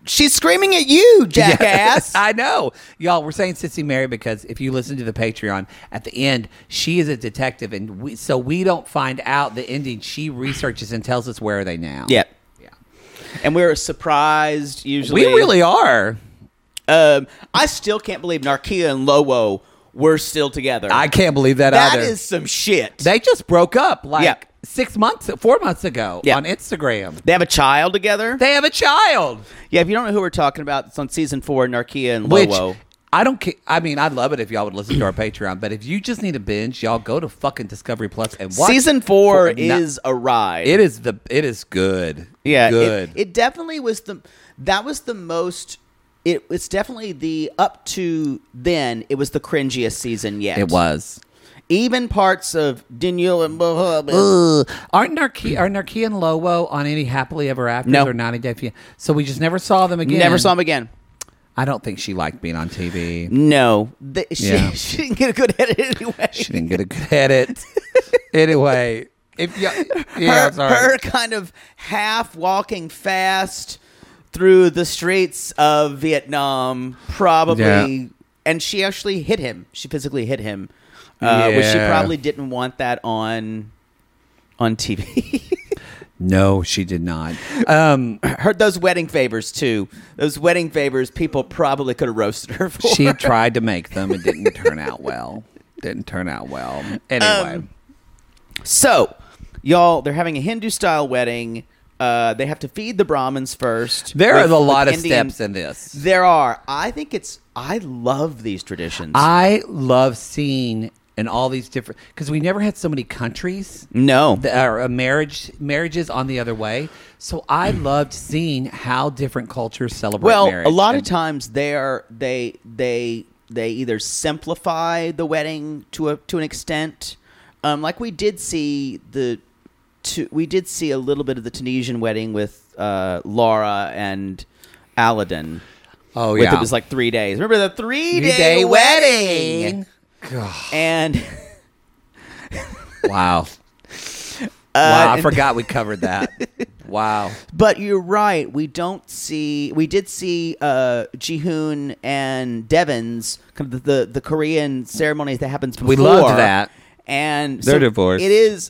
She's screaming at you, jackass.
I know. Y'all, we're saying Sissy Mary because if you listen to the Patreon, at the end, she is a detective. And we, so we don't find out the ending. She researches and tells us where are they now.
yeah.
Yeah.
And we were surprised usually.
We really are.
um I still can't believe Narkia and Lowo were still together.
I can't believe that,
That
either.
is some shit.
they just broke up like
Yeah.
six months, four months ago
Yeah.
on Instagram.
they have a child together.
They have a child.
yeah, if you don't know who we're talking about, it's on season four, Narkia and
Which
Lowo.
I don't care. I mean, I'd love it if y'all would listen to our Patreon, but if you just need a binge, y'all go to fucking Discovery Plus and watch
Season four
for- no-
is a ride.
It is the it is good.
Yeah, it-
good.
It, definitely was the that was the most. It, it's definitely the up to then. It was the cringiest season yet.
It was.
even parts of Daniel and Mohammed.
Ugh. Aren't Narki are Narki and Lowo on any happily ever after
No.
or ninety day fian- So we just never saw them again.
Never saw him again.
I don't think she liked being on TV.
No, The- she,
Yeah.
she didn't get a good edit anyway.
She didn't get a good edit. anyway, if y'all, yeah,
her,
sorry.
her kind of half walking fast through the streets of Vietnam, probably.
Yeah.
And she actually hit him. She physically hit him, uh, which she
Yeah.
probably didn't want that on on TV.
no, she did not. Um,
Heard those wedding favors too. Those wedding favors, people probably could have roasted her for.
she tried to make them. It didn't turn out well. Didn't turn out well. Anyway,
Um, so, y'all, they're having a Hindu style wedding. Uh, they have to feed the Brahmins first.
there
with-
are a lot
with
of
Indian-
steps in this.
There are. I think it's. I love these traditions.
I love seeing in all these different because we never had so many countries
no.
that are uh, marriage marriages on the other way. So I loved seeing how different cultures celebrate.
Mm. well,
marriage.
a lot of
And-
times they are they they they either simplify the wedding to a to an extent, um, like we did see the. To, we did see a little bit of the Tunisian wedding with uh, Laura and Aladdin.
Oh
with-
yeah,
It was like three days. Remember the three day,
Three-day
wedding? And
wow.
Uh,
wow, I forgot we covered that. wow.
But you're right. We don't see. We did see uh, Jihoon and Devon's kind of the, the the Korean ceremonies that happens before.
We loved that.
And
They're divorced.
It is.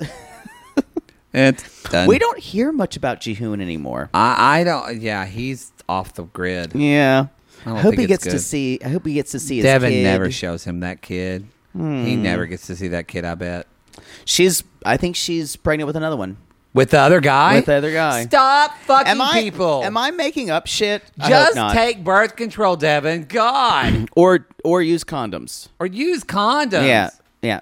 It's done.
We don't hear much about Jihoon anymore.
I, I don't. Yeah, he's off the grid.
Yeah.
I don't
hope
think
he gets
it's
to
good.
see. I hope he gets to see. His
Devin
kid. Hmm.
never shows him that kid. He never gets to see that kid. I bet.
she's. I think she's pregnant with another one.
With the other guy?
With the other guy.
Stop fucking
Am I?
people.
Am I making up shit? I hope
Just
not.
take birth control, Devin. God.
or or use condoms.
or use condoms.
Yeah, yeah.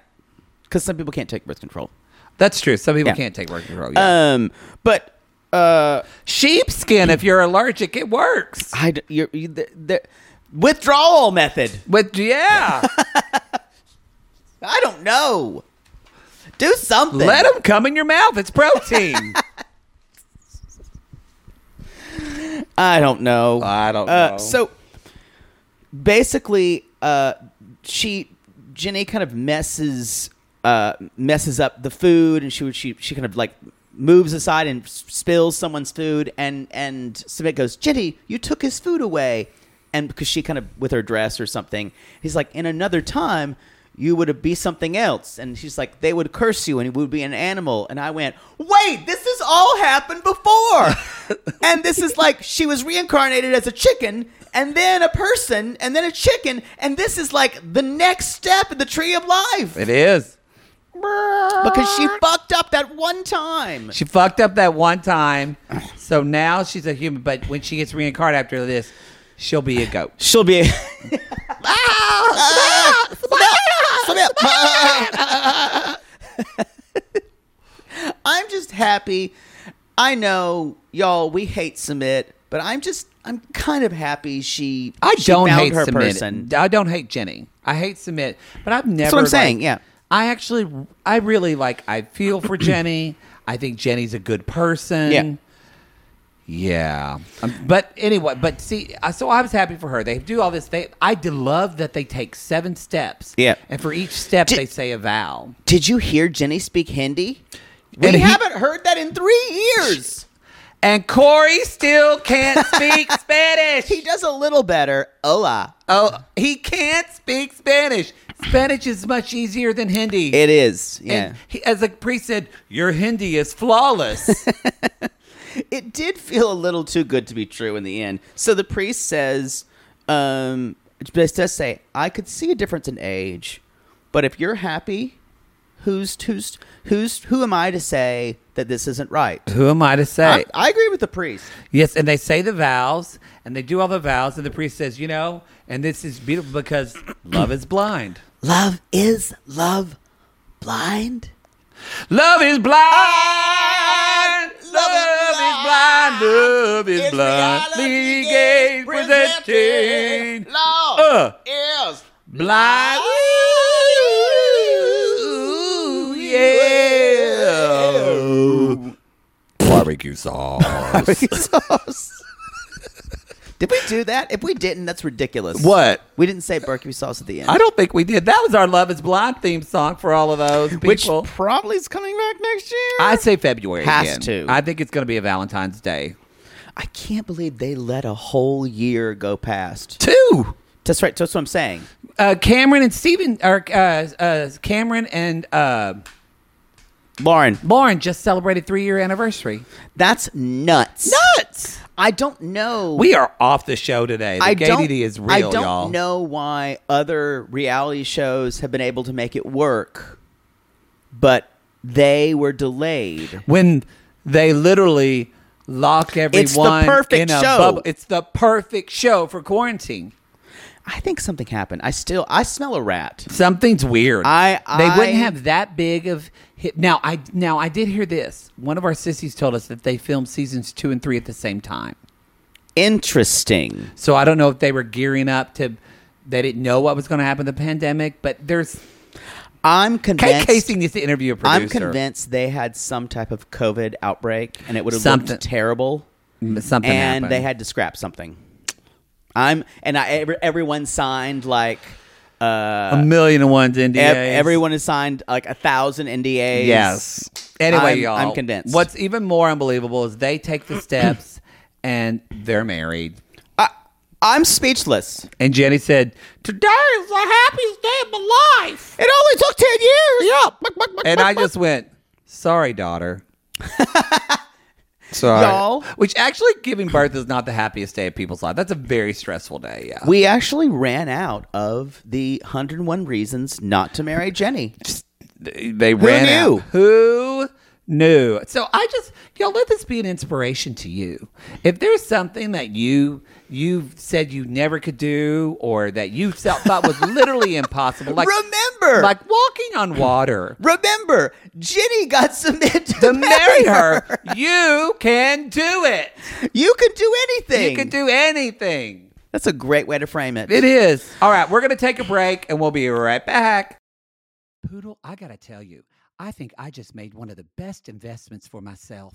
Because some people can't take birth control.
That's true. Some people
Yeah.
can't take birth control. Yeah.
Um, but uh,
Sheepskin, if you're allergic, it works.
I d- you're, you the, the withdrawal method.
But yeah,
I don't know. Do something.
let them come in your mouth. It's protein.
I don't know.
I don't
Uh,
know.
so basically, uh, she Jenny kind of messes uh, messes up the food, and she she she kind of like moves aside and s- spills someone's food, and and Submit goes, Jenny, you took his food away, and because she kind of with her dress or something, he's like, in another time. You would be something else, and she's like, they would curse you, and it would be an animal. And I went, wait, this has all happened before. And this is like she was reincarnated as a chicken and then a person and then a chicken. And this is like the next step in the tree of life
it is.
because she fucked up that one time.
She fucked up that one time. So now she's a human. But when she gets reincarnated after this, she'll be a goat.
She'll be. I'm just happy. I know y'all. We hate Submit, but I'm just. I'm kind of happy she.
I
she
don't
found
hate
her
submit.
person.
I don't hate Jenny. I hate submit, but I've never.
what I'm
like-
saying, yeah.
I actually, I really like. I feel for Jenny. I think Jenny's a good person.
Yeah.
Yeah, um, but anyway, but see, I- so I was happy for her. They do all this. They, I do love that they take seven steps.
Yeah.
and for each step
Did-
they say a vow.
Did you hear Jenny speak Hindi? We
And he-
haven't heard that in three years.
And Corey still can't speak Spanish.
He does a little better. Hola.
Oh, he can't speak Spanish. Spanish is much easier than Hindi.
It is. Yeah.
And he, as the priest said, your Hindi is flawless.
it did feel a little too good to be true in the end. So the priest says, um, this does say, I could see a difference in age, but if you're happy, who's who's who's who am I to say that this isn't right?
Who am I to say?
I, I agree with the priest.
Yes, and they say the vows, and they do all the vows, and the priest says, you know, and this is beautiful because love is blind.
Love is love blind.
Love is blind. Love, is blind. Love is blind. The gaze presenting.
Love
Uh.
is
Blind. Ooh, yeah. Barbecue sauce.
Did we do that? If we didn't, that's ridiculous.
What?
We didn't say barbecue sauce at the end.
I don't think we did. That was our Love is Blind theme song for all of those
which
people.
probably is coming back next year.
I say February.
Has
again.
to.
I think it's going to be a Valentine's Day.
I can't believe they let a whole year go past.
Two.
That's right. That's what I'm saying.
Uh, Cameron and Steven, or uh, uh, Cameron and uh,
Lauren,
Lauren just celebrated three year anniversary.
that's nuts.
Nuts.
I don't know.
We are off the show today. The
I
gay
don't,
DD is real,
I don't
y'all.
know why other reality shows have been able to make it work, but they were delayed.
When they literally lock everyone
perfect
in a
show.
bubble. It's the perfect show for quarantine.
I think something happened. I still I smell a rat.
Something's weird.
I-
they
I-
wouldn't have that big of hit. Now I now I did hear this. One of our sissies told us that they filmed seasons two and three at the same time.
Interesting.
So I don't know if they were gearing up to. They didn't know what was going to happen with the pandemic, but there's
I'm
Kate
convinced.
Casey needs to interview a producer.
I'm convinced they had some type of COVID outbreak, and it would have
Something.
looked terrible.
Mm, something
and
happened.
they had to scrap something. I'm and I every, everyone signed like uh,
a million and one NDAs.
ev- everyone has signed like a thousand NDAs.
Yes. Anyway,
I'm-
y'all,
I'm convinced.
What's even more unbelievable is they take the steps and they're married.
I, I'm speechless.
And Jenny said, "Today is the happiest day of my life."
It only took ten years. Yeah,
And I just went, "Sorry, daughter." Sorry.
Y'all.
Which actually giving birth is not the happiest day of people's life. That's a very stressful day, yeah.
we actually ran out of the 101 reasons not to marry Jenny.
they ran
knew?
out. Who knew? So I just y'all let this be an inspiration to you. If there's something that you you said you never could do, or that you felt- thought was literally impossible, like
Remember.
like walking on water.
Remember, Jenny got submitted to,
To
marry
marry her, you can do it.
You can do anything.
You can do anything.
That's a great way to frame it.
It is. All right, we're going to take a break and we'll be right back. Poodle, I got to tell you, I think I just made one of the best investments for myself.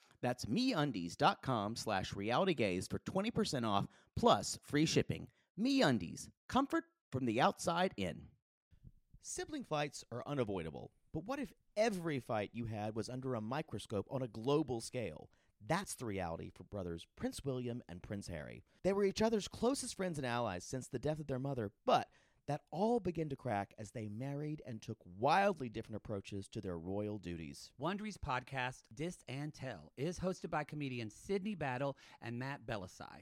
That's meundies.com slash realitygaze for 20% off plus free shipping. MeUndies, comfort from the outside in. Sibling fights are unavoidable, but what if every fight you had was under a microscope on a global scale? That's the reality for brothers Prince William and Prince Harry. They were each other's closest friends and allies since the death of their mother, but that all began to crack as they married and took wildly different approaches to their royal duties.
Wondery's podcast, Dis and Tell, is hosted by comedians Sydney Battle and Matt Belisai.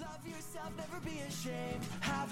Love yourself, never be ashamed. Have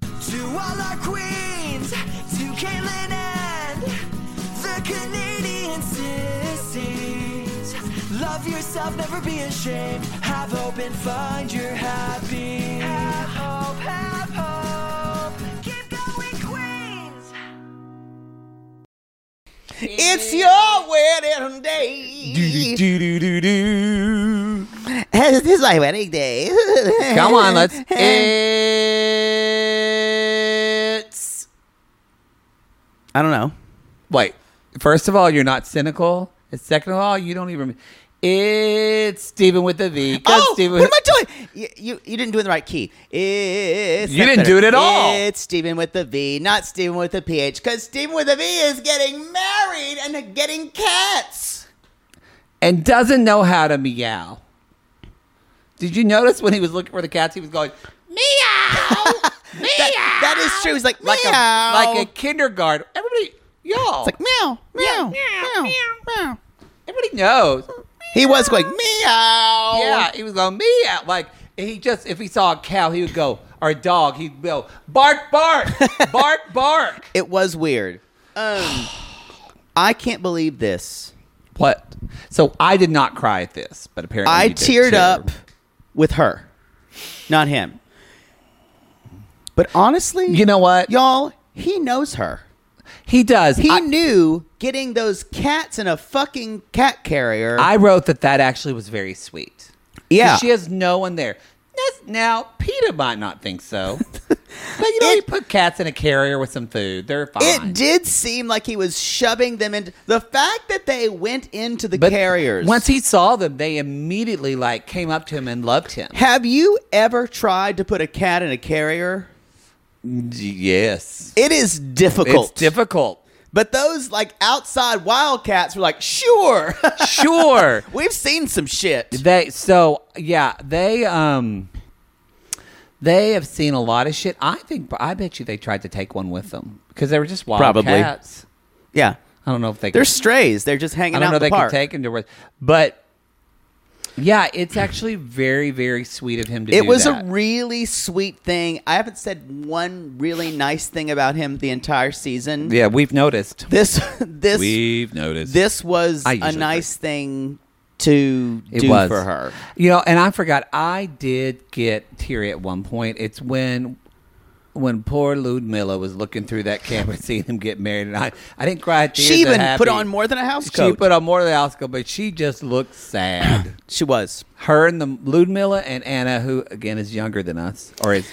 To all our queens, to Caitlin and the Canadian sissies. Love yourself, never be ashamed. Have hope and find your happy. Have hope, have hope. Keep going, queens.
It's your wedding day.
Do, do, do, do.
This is my wedding day.
Come on, let's. It's.
I don't know.
Wait. First of all, you're not cynical. And second of all, you don't even. It's Stephen with a V. 'cause
Oh,
Stephen
what am I doing? You, you, you didn't do it in the right key. It's
You
that's
didn't do it at all.
It's Stephen with a V, not Stephen with a PH, because Stephen with a V is getting married and getting cats.
and doesn't know how to meow. Did you notice when he was looking for the cats, he was going meow, meow.
That, that is true. He's like,
like
meow.
a like a kindergarten. Everybody, y'all,
It's like meow, meow, meow, meow,
everybody knows.
He was going meow.
Yeah, he was going meow. Like he just, if he saw a cow, he would go or a dog, he'd go bark, bark, bark, bark.
It was weird. Um, I can't believe this.
What? So I did not cry at this, but apparently
I
you did
teared
too.
up with her, not him. But honestly,
You know what?
y'all, he knows her.
He does.
He
I-
knew getting those cats in a fucking cat carrier.
I wrote that that actually was very sweet.
Yeah.
'Cause She has no one there. That's, now, Peter might not think so. but you know,
It-
you put cats in a carrier with some food. They're fine.
it did seem like he was shoving them into the fact that they went into the
But
carriers.
Once he saw them, they immediately like came up to him and loved him.
have you ever tried to put a cat in a carrier?
Yes.
It is difficult.
It's difficult.
But those like outside wildcats were like, sure,
Sure.
we've seen some shit.
They so yeah, they um they have seen a lot of shit. I think I bet you they tried to take one with them because they were just wild
Probably.
cats.
Yeah,
I don't know if they
they're
could-
strays. They're just hanging
I don't
out
know
in the
they
park.
could take him to where, but yeah, it's actually very, very sweet of him to.
it
do
was
that.
a really sweet thing. I haven't said one really nice thing about him the entire season.
yeah, we've noticed.
This this
We've noticed
this was
I
a
usually
nice thing to
It
do
was
for her.
You know, and I forgot. I did get teary at one point. It's when. When poor Ludmilla was looking through that camera, seeing him get married, and I, I didn't cry. Tears
She
of
even
happy.
put on more than a house
She
coat.
put on more than a house coat, but she just looked sad.
She was
Her and the Ludmilla and Anna, who again is younger than us, or is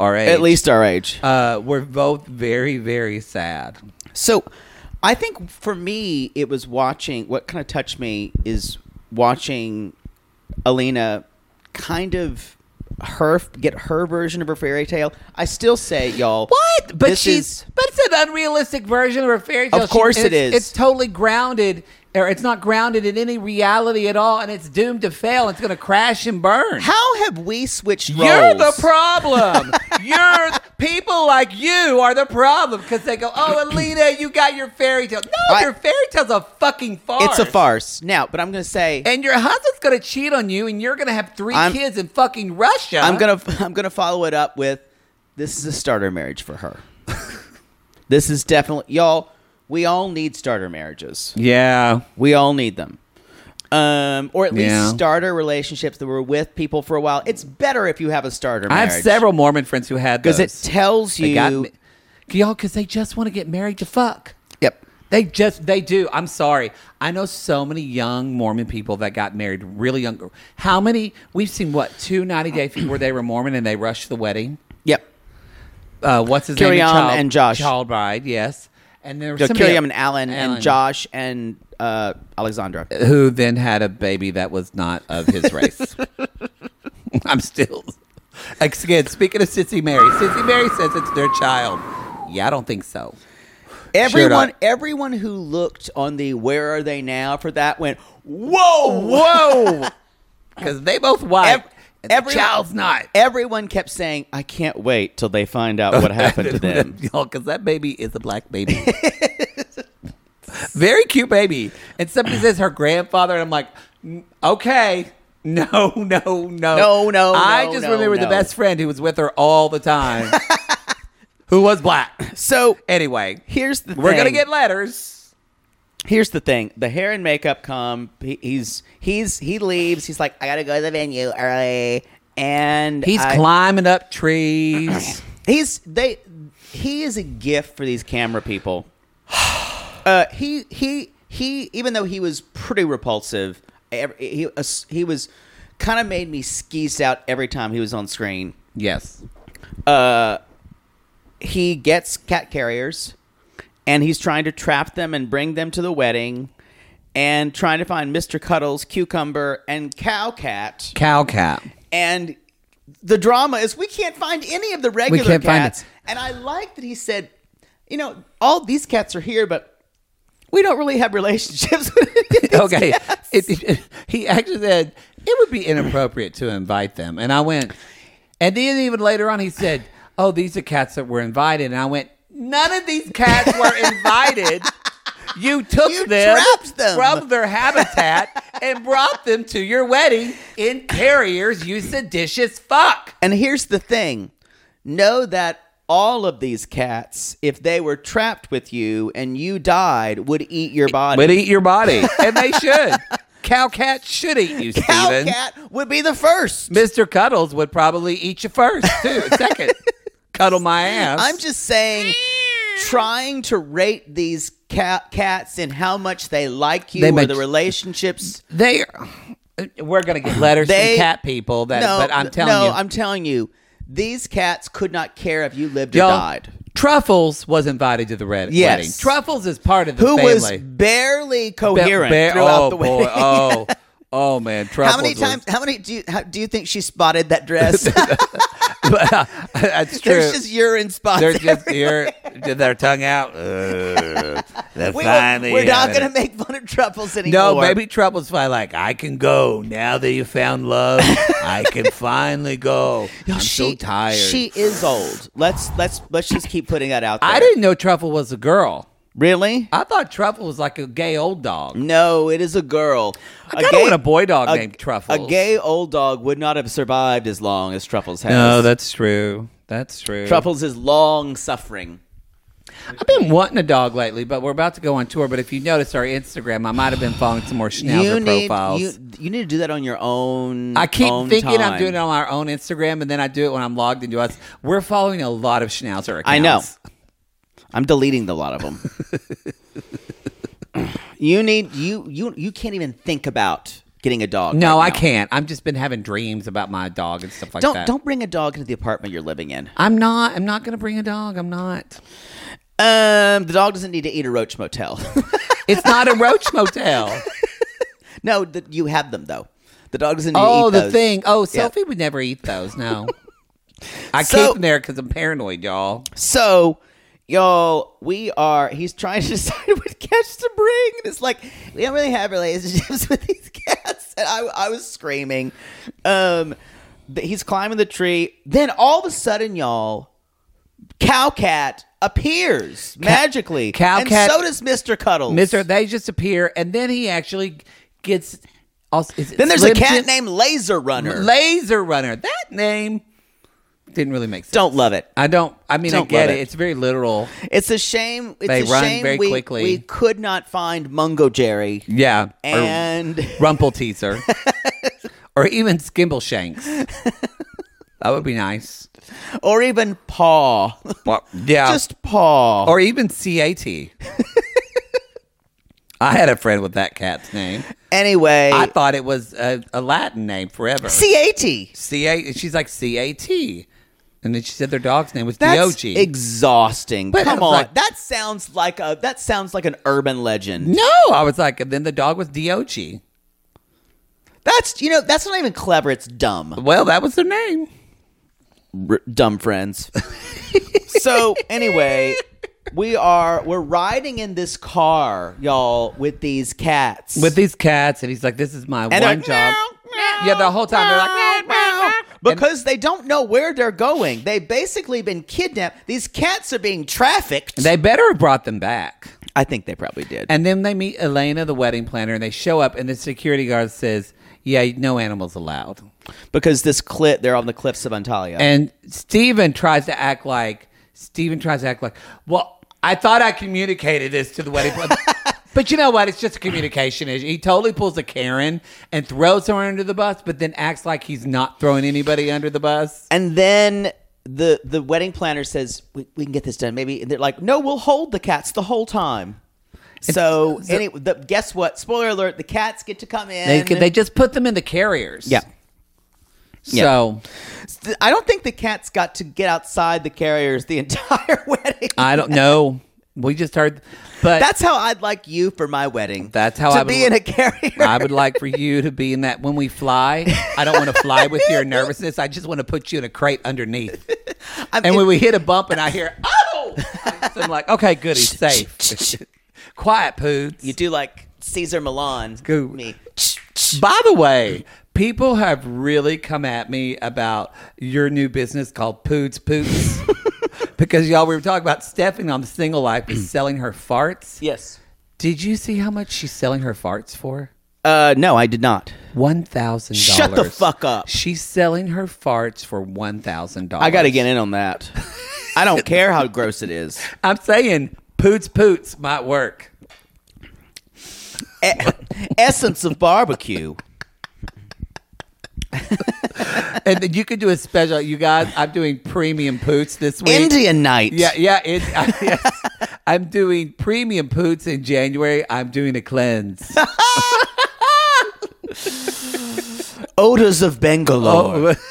our age,
at least our age.
uh, were both very, very sad.
So, I think for me, it was watching. What kind of touched me is watching Alina kind of her get her version of her fairy tale. I still say, y'all,
What? But
this
she's
is-
but it's an unrealistic version of a fairy tale.
Of course
and
it
it's-
is.
It's totally grounded, or it's not grounded in any reality at all, and it's doomed to fail. It's going to crash and burn.
how have we switched roles?
You're the problem. You're people like you are the problem because they go, "Oh, Alita, you got your fairy tale." No,
I-
your fairy tale's a fucking farce.
It's a farce now, but I'm going to say.
And your husband's going to cheat on you, and you're going to have 3
I'm-
kids in fucking Russia.
I'm gonna I'm gonna follow it up with this is a starter marriage for her. this is definitely y'all. We all need starter marriages.
Yeah.
We all need them. Um, or at least
Yeah.
starter relationships that were with people for a while. It's better if you have a starter marriage.
Mormon friends who had
because it tells
They
you.
got ma- y'all because they just want to get married to fuck.
Yep.
They just they do. I'm sorry. I know so many young Mormon people that got married really young. How many? We've seen what two 90 day people where they were Mormon and they rushed the wedding.
Yep.
Uh, what's his
Carrie
name?
Ann and Josh.
Child bride. Yes. And there was
So
somebody
Kiriam
el-
and Alan, and Josh and uh, Alexandra.
who then had a baby that was not of his race. I'm still. Again, speaking of Sissy Mary, Sissy Mary says it's their child. Yeah, I don't think so.
Everyone,
I-
everyone who looked on the "Where are they now?" for that went, "Whoa,
Whoa! Because they both white.
Ev-
and the
everyone-
child's not.
Everyone kept saying, "I can't wait till they find out what happened to them."
Y'all, because that baby is a black baby. Very cute baby. And somebody says her grandfather, and I'm like, "N- okay. No, no, no.
No, no,
I
no,
just
no,
remember the
no.
best friend who was with her all the time, who was black.
So
Anyway,
here's the
we're going to
thing.
get letters.
here's the thing: the hair and makeup come. He, he's he's he leaves. He's like, I gotta go to the venue early, and
He's
I-
climbing up trees.
He's they. He is a gift for these camera people. Uh, he he he. Even though he was pretty repulsive, ev- he uh, he was kind of made me skis out every time he was on screen.
yes.
He gets cat carriers, and he's trying to trap them and bring them to the wedding, and trying to find Mister Cuddles, Cucumber, and Cowcat.
Cow cat.
and the drama is we can't find any of the regular
can't find
cats.
it.
And I like that he said, you know, all these cats are here, but we don't really have relationships. with any of these
okay.
cats."
It, it- he actually said it would be inappropriate to invite them, and I went. And then even later on, he said, "Oh, these are cats that were invited," and I went, "None of these cats were invited." You took
You
them,
trapped them."
from their habitat and brought them to your wedding in carriers. You seditious fuck!
and here's the thing: know that all of these cats, if they were trapped with you and you died, would eat your body.
Would eat your body, and they should. Cow cat should eat you,
Cow
Steven.
cat would be the first.
Mr. Cuddles would probably eat you first, too. Second, cuddle my ass.
I'm just saying, trying to rate these cat, cats and how much they like you
They
or
might-
the relationships.
they. We're gonna get letters
They-
from cat people. That,
no,
but I'm telling
no,
you,
I'm telling you, these cats could not care if you lived or
y'all,
died.
Truffles was invited to the red
Yes.
wedding. Truffles is part of the
Who
family.
was barely
Ba-
coherent
ba-
throughout
oh
the
boy,
wedding.
oh, oh man,
how
Truffles.
many
was-
times? How many do you how, do you think she spotted that dress?
That's true.
There's just urine spots.
They're just
everywhere.
here, did their tongue out. Ugh. They're
We
finally
will, we're not
having
going
it.
to make fun of truffles anymore.
No, baby Trouble's fine. Like, I can go. Now that you found love, I can finally go. I'm so tired.
She is old. Let's let's let's just keep putting that out there.
I didn't know Truffle was a girl.
really.
I thought Truffle was like a gay old dog.
No, it is a girl. I
kinda want a boy dog named
A
Truffles.
gay old dog would not have survived as long as Truffles has.
that's true. That's true.
Truffles is long suffering.
I've been wanting a dog lately, but we're about to go on tour. But if you notice our Instagram, I might have been following some more schnauzer
you need
profiles.
you, you need to do that on your own.
I keep
own
thinking
time.
I'm doing it on our own Instagram, and then I do it when I'm logged into us. We're following a lot of schnauzer accounts.
I know. I'm deleting the lot of them. you need you you you can't even think about getting a dog.
No,
right
I
now.
can't. I've just been having dreams about my dog and stuff like
Don't
that.
don't bring a dog into the apartment you're living in.
I'm not. I'm not going to bring a dog. I'm not.
Um, the dog doesn't need to eat a roach motel.
It's not a roach motel.
no, the, you have them though. The dog doesn't need to
Oh,
eat
the
those.
thing. Oh,
Yeah.
Sophie would never eat those. No. I
So-
keep them there because I'm paranoid, y'all.
So, y'all, we are. He's trying to decide what cats to bring, and it's like we don't really have relationships with these cats. And I, I was screaming. Um, but he's climbing the tree. Then all of a sudden, y'all, Cowcat appears magically. and
Cowcat-
so does Mister Cuddles.
Mister, they just appear, and then he actually gets. Also, is it
Then there's a
Slim
cat
Jim-
named Laser Runner.
Laser Runner. That name didn't really make sense.
don't love it.
I don't. I mean, I
Don't
get
love
it.
it.
It's very literal.
It's a shame. It's
They
a
run
shame
very
we,
quickly.
we could not find Mungo Jerry.
Yeah. Or-
And
Rumple teaser. or even skimble shanks. That would be nice.
or even Paw.
Yeah.
Just Paw.
or even CAT. I had a friend with that cat's name.
Anyway, E.
I thought it was a, a Latin name forever. E.
CAT.
CA she's like CAT. And then she said their dog's name was
That's
DOG.
exhausting.
But
Come
I
on,
was like-
that sounds like a that sounds like an urban legend.
no, I was like, and then the dog was DOG.
That's you know that's not even clever. It's dumb,
Well, that was their name.
R- dumb friends. so anyway, we are we're riding in this car, y'all, with these cats.
With these cats, and he's like, This is my
And they're
one job. yeah, the whole time they're like,
because they don't know where they're going. They've basically been kidnapped. These cats are being trafficked.
They better have brought them back.
I think they probably did.
And then they meet Elena, the wedding planner, and they show up, and the security guard says, "Yeah, no animals allowed."
because this clit, they're on the cliffs of Antalya.
And Steven tries to act like Steven tries to act like, "Well, I thought I communicated this to the wedding planner." But you know what? It's just a communication issue. He totally pulls a Karen and throws her under the bus, but then acts like he's not throwing anybody under the bus.
And then the the wedding planner says, we, we can get this done. Maybe and they're like, no, we'll hold the cats the whole time. So, any, the, guess what? Spoiler alert: the cats get to come in.
They, they just put them in the carriers.
yeah.
So
I don't think the cats got to get outside the carriers the entire wedding.
I don't know. We just heard, but
That's how I'd like you for my wedding.
That's how
to
I would
be
li-
in a carrier.
I would like for you to be in that when we fly. I don't want to fly with your nervousness. I just want to put you in a crate underneath.
I'm
And
in-
when we hit a bump and I hear, oh, I'm like, okay, good, he's safe. Quiet, poods.
you do like Caesar Milan.
Go-
Me.
By the way, people have really come at me about your new business called Poods Poots. because y'all, we were talking about Stephanie on the single life is selling her farts.
Yes.
Did you see how much she's selling her farts for?
Uh, no, I did not.
One thousand dollars.
Shut the fuck up.
She's selling her farts for one thousand dollars.
I got to get in on that. I don't care how gross it is.
I'm saying poots poots might work.
E- essence of barbecue.
And then you could do a special. You guys, I'm doing premium poots this week.
Indian night.
Yeah, yeah. It, I, yes. I'm doing premium poots in January. I'm doing a cleanse.
Odors of Bangalore.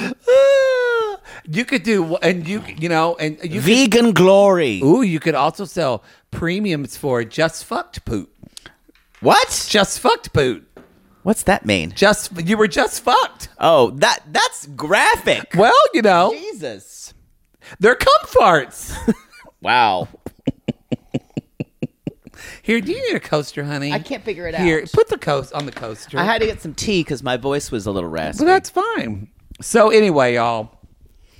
Oh. you could do, and you, you know, and you could
Vegan glory.
Ooh, you could also sell premiums for just fucked poot.
What?
Just fucked poot.
What's that mean?
Just you were just fucked.
Oh, that that's graphic.
Well, you know,
Jesus.
they're cum farts.
Wow.
Here, do you need a coaster, honey?
I can't figure it
Here,
out.
put the coast on the coaster.
I had to get some tea because my voice was a little raspy.
well, that's fine. So anyway, y'all.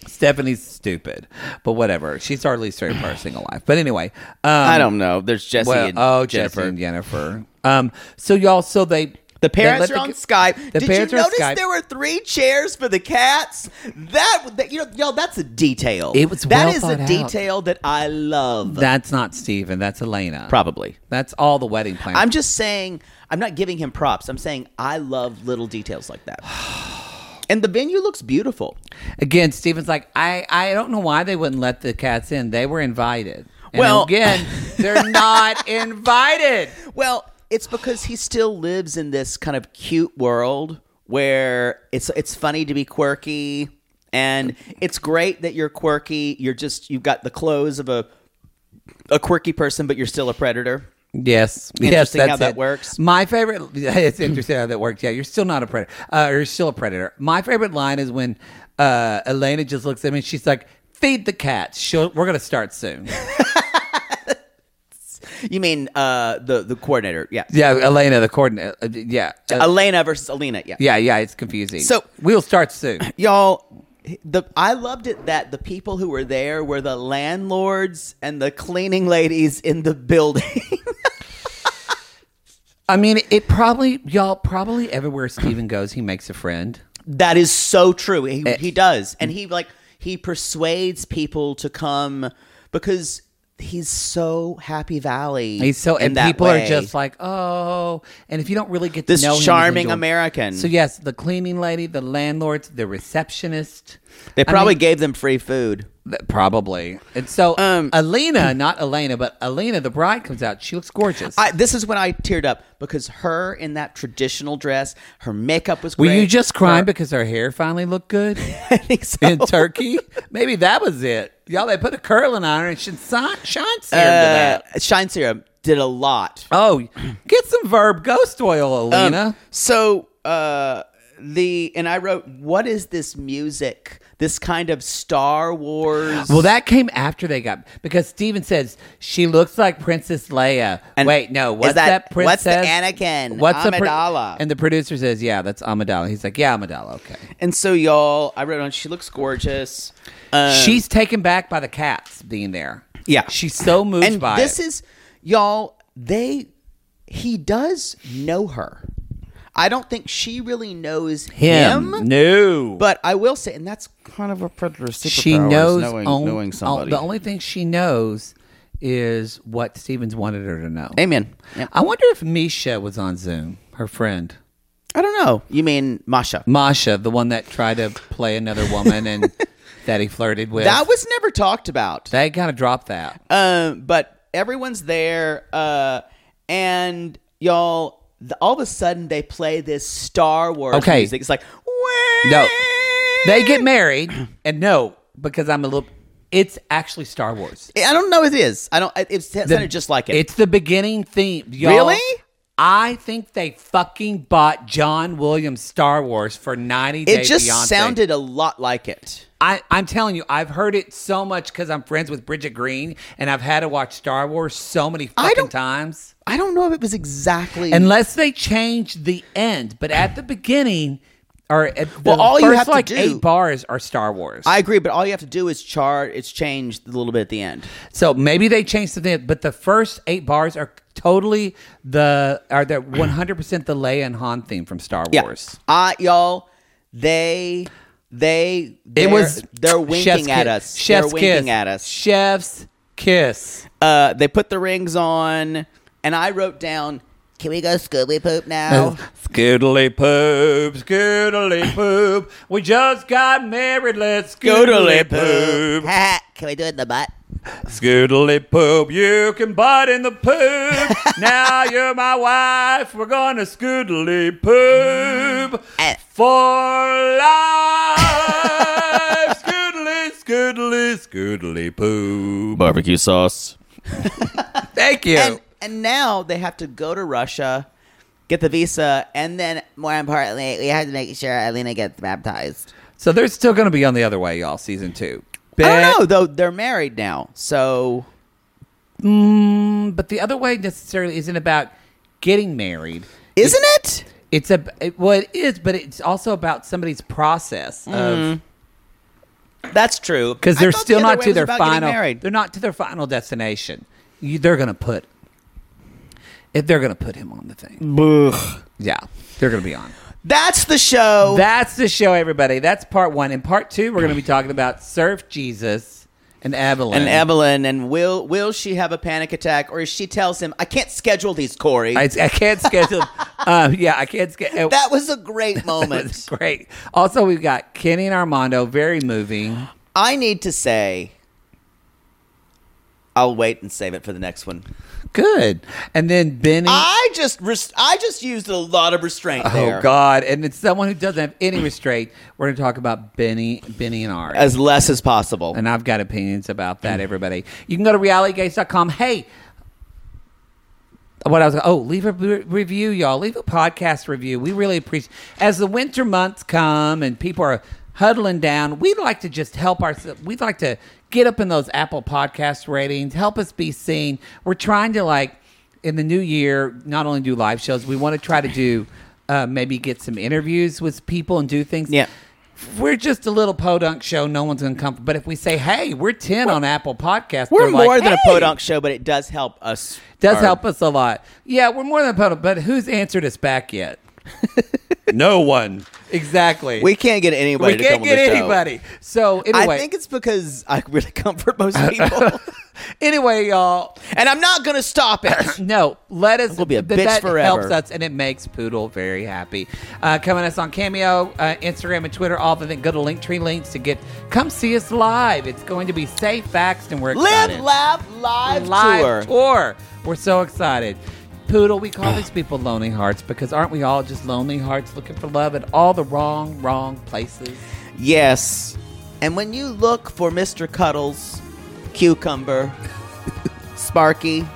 Stephanie's stupid, but whatever. She's our least favorite part of single life. But anyway, um,
I don't know. There's Jesse
Well,
and
oh,
Jennifer.
Jennifer, and Jennifer. Um, so y'all, so they
The
they
parents
let
are
the
on
ki-
Skype.
The
Did
parents
you
are on
notice
Skype.
there were three chairs for the cats? That, that you know, y'all, that's a detail.
It was
that
well
is
thought
a
out.
detail that I love.
That's not Steven. That's Elena.
Probably.
That's all the wedding planner.
I'm just saying. I'm not giving him props. I'm saying I love little details like that. And the venue looks beautiful.
again, Steven's like, I, I don't know why they wouldn't let the cats in. They were invited. And
Well-
again, they're not invited.
Well, it's because he still lives in this kind of cute world where it's it's funny to be quirky and it's great that you're quirky. You're just you've got the clothes of a a quirky person but you're still a predator.
Yes, yes,
Interesting
that's
how that
it.
works.
My favorite. It's interesting how that works. Yeah, you're still not a predator. Uh, you're still a predator. My favorite line is when uh, Elena just looks at me. and She's like, "Feed the cats. She'll, we're gonna start soon."
You mean uh the the coordinator. Yeah.
yeah, Elena, the coordinator. Uh, yeah, uh,
Elena versus Alina. Yeah.
yeah, yeah. It's confusing.
So-
we'll start soon.
Y'all the I loved it that the people who were there were the landlords and the cleaning ladies in the building.
I mean, it probably y'all probably everywhere Steven goes, he makes a friend.
That is so true. He,
Eh.
he does, and he like he persuades people to come because he's so Happy Valley.
He's so
in
and
that
people
way.
are just like, oh. And if you don't really get
This
to know him,
charming
then you'll-
American.
So yes, the cleaning lady, the landlords, the receptionist.
they
I
probably
mean,
gave them free food.
th- probably. And so
Um,
Alina, not Elena, but Alina, the bride comes out. She looks gorgeous.
I, this is when I teared up because her in that traditional dress, her makeup was.
Were
great.
you just crying
Her-
because her hair finally looked good
I think so.
in Turkey? Maybe that was it. Y'all, they put a curling on her and she shine, shine serum to
Uh,
that.
Shine Serum did a lot um,
Oh, get some Verb Ghost Oil, Alina.
So uh, the and I wrote, what is this music? This kind of Star Wars.
Well, that came after they got because Steven says she looks like Princess Leia.
And
Wait, no,
is
what's
that-
that,
what's
princess?
the Anakin? Amidala.
and the producer says, "Yeah, that's Amidala." He's like, "Yeah, Amidala." Okay.
and so y'all, I wrote on. She looks gorgeous. Um,
She's taken back by the cats being there.
Yeah.
she's so moved
and
by
this
it.
is y'all. They he does know her. I don't think she really knows him.
No,
But I will say, and that's kind of a predator superpower.
she
is
knows
knowing,
on-
knowing
on-
somebody.
the only thing she knows is what Stevens wanted her to know.
Amen. Yep.
I wonder if Misha was on Zoom, her friend.
I don't know. You mean Masha?
Masha, the one that tried to play another woman and that he flirted with.
That was never talked about.
they kind of dropped that.
Um, but everyone's there, uh, and y'all. th- all of a sudden, they play this Star Wars
Okay.
music. It's like "Wah."
No. They get married, and no, because I'm a little. It's actually Star Wars.
I don't know. It is. I don't. It, it sounded
The-
just like it.
It's the beginning theme. y'all.
Really?
I think they fucking bought John Williams Star Wars for 90
it
Day
just
Fiancé.
sounded a lot like it.
I, I'm telling you, I've heard it so much because I'm friends with Bridget Green, and I've had to watch Star Wars so many
I
fucking
don't-
times.
I don't know if it was exactly.
Unless they change the end, but at the beginning, or at the
Well, all
first,
you have to
like
do-
eight bars are Star Wars.
I agree, but all you have to do is chart. It's changed a little bit at the end.
So maybe they changed something, but the first eight bars are totally the are the one hundred percent the Leia and Han theme from Star Wars.
Uh, y'all, they, they, they're-
was
they're winking
chef's
at
kiss.
us.
Chef's
they're winking
kiss.
at us.
Chef's kiss.
Uh, they put the rings on, and I wrote down, "Can we go Scooby Poop
Uh,
now?"
Skiddly poop, skiddly poop. We just got married. Let's
Scoodly
skiddly poop,
Ha, Can we do it in the butt?
skiddly poop. You can butt in the poop. now you're my wife. We're gonna skiddly poop for life. skiddly, skiddly, skiddly poop.
Barbecue sauce.
Thank you.
And, and now they have to go to Russia, get the visa, and then more importantly, we have to make sure Alina gets baptized.
so they're still gonna be on the other way, y'all. Season two.
I
Bet-
don't know though. They're married now, so
But the other way necessarily isn't about getting married.
isn't it?
It's a it, well, it is, but it's also about somebody's process of
That's true.
because
I
they're
thought
still
the other
not
way
to
was
their
about getting
final.
married.
They're not to their final destination. You, they're gonna put if they're gonna put him on the thing. Yeah, they're gonna be on.
That's the show.
That's the show, everybody. That's part one. In part two, we're gonna be talking about Surf Jesus and Evelyn.
and Evelyn and will will she have a panic attack or she tells him I can't schedule these Corey.
I, I can't schedule. uh, yeah, I can't schedule.
that was a great
That's
moment.
great. Also, we've got Kenny and Armando, very moving.
I need to say I'll wait and save it for the next one.
Good. And then Benny.
I just res- I just used a lot of restraint Ah, there.
Oh God! And it's someone who doesn't have any restraint. We're going to talk about Benny, Benny and Ari,
As less as possible.
and I've got opinions about that. Everybody, you can go to realitygates.com. Hey, what I was oh, leave a re- review, y'all. Leave a podcast review. We really appreciate. As the winter months come and people are huddling down, we'd like to just help ourselves. We'd like to get up in those Apple Podcast ratings. Help us be seen. We're trying to like in the new year not only do live shows. We want to try to do uh, maybe get some interviews with people and do things.
Yeah.
We're just a little podunk show. No one's going to come. But if we say, "Hey, we're 10 on Apple Podcasts,"
We're
they're like,
more than
"Hey."
a podunk show, but it does help us.
Does
our-
help us a lot. Yeah, we're more than a puddle, but who's answered us back yet? no one. Exactly.
We can't get anybody
We
to
can't
come
get
on the show.
anybody. So anyway,
I think it's because I really comfort most people.
anyway, y'all.
and I'm not going to stop it.
No, let us.
gonna be a
that-
bitch
that
forever.
helps us, and it makes Poodle very happy. Uh, coming us on Cameo, uh, Instagram, and Twitter. All the thing. Go to Linktree links to get. Come see us live. It's going to be safe, faxed, and we're
Live,
excited.
laugh, live, tour.
live tour. We're so excited. Poodle, we call these people lonely hearts because aren't we all just lonely hearts looking for love in all the wrong, wrong places?
Yes. And when you look for Mr. Cuddles, Cucumber, Sparky,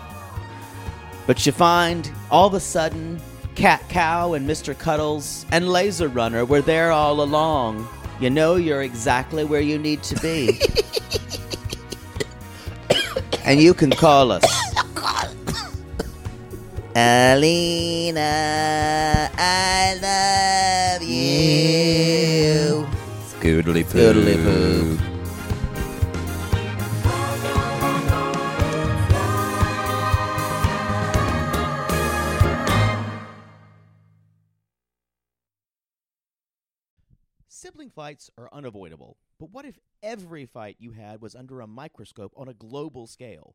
but you find all of a sudden Cat Cow and Mr. Cuddles and Laser Runner were there all along. You know you're exactly where you need to be. and you can call us. Alina, I love you.
Scoodly
Doodly poo. Sibling fights are unavoidable, but what if every fight you had was under a microscope on a global scale?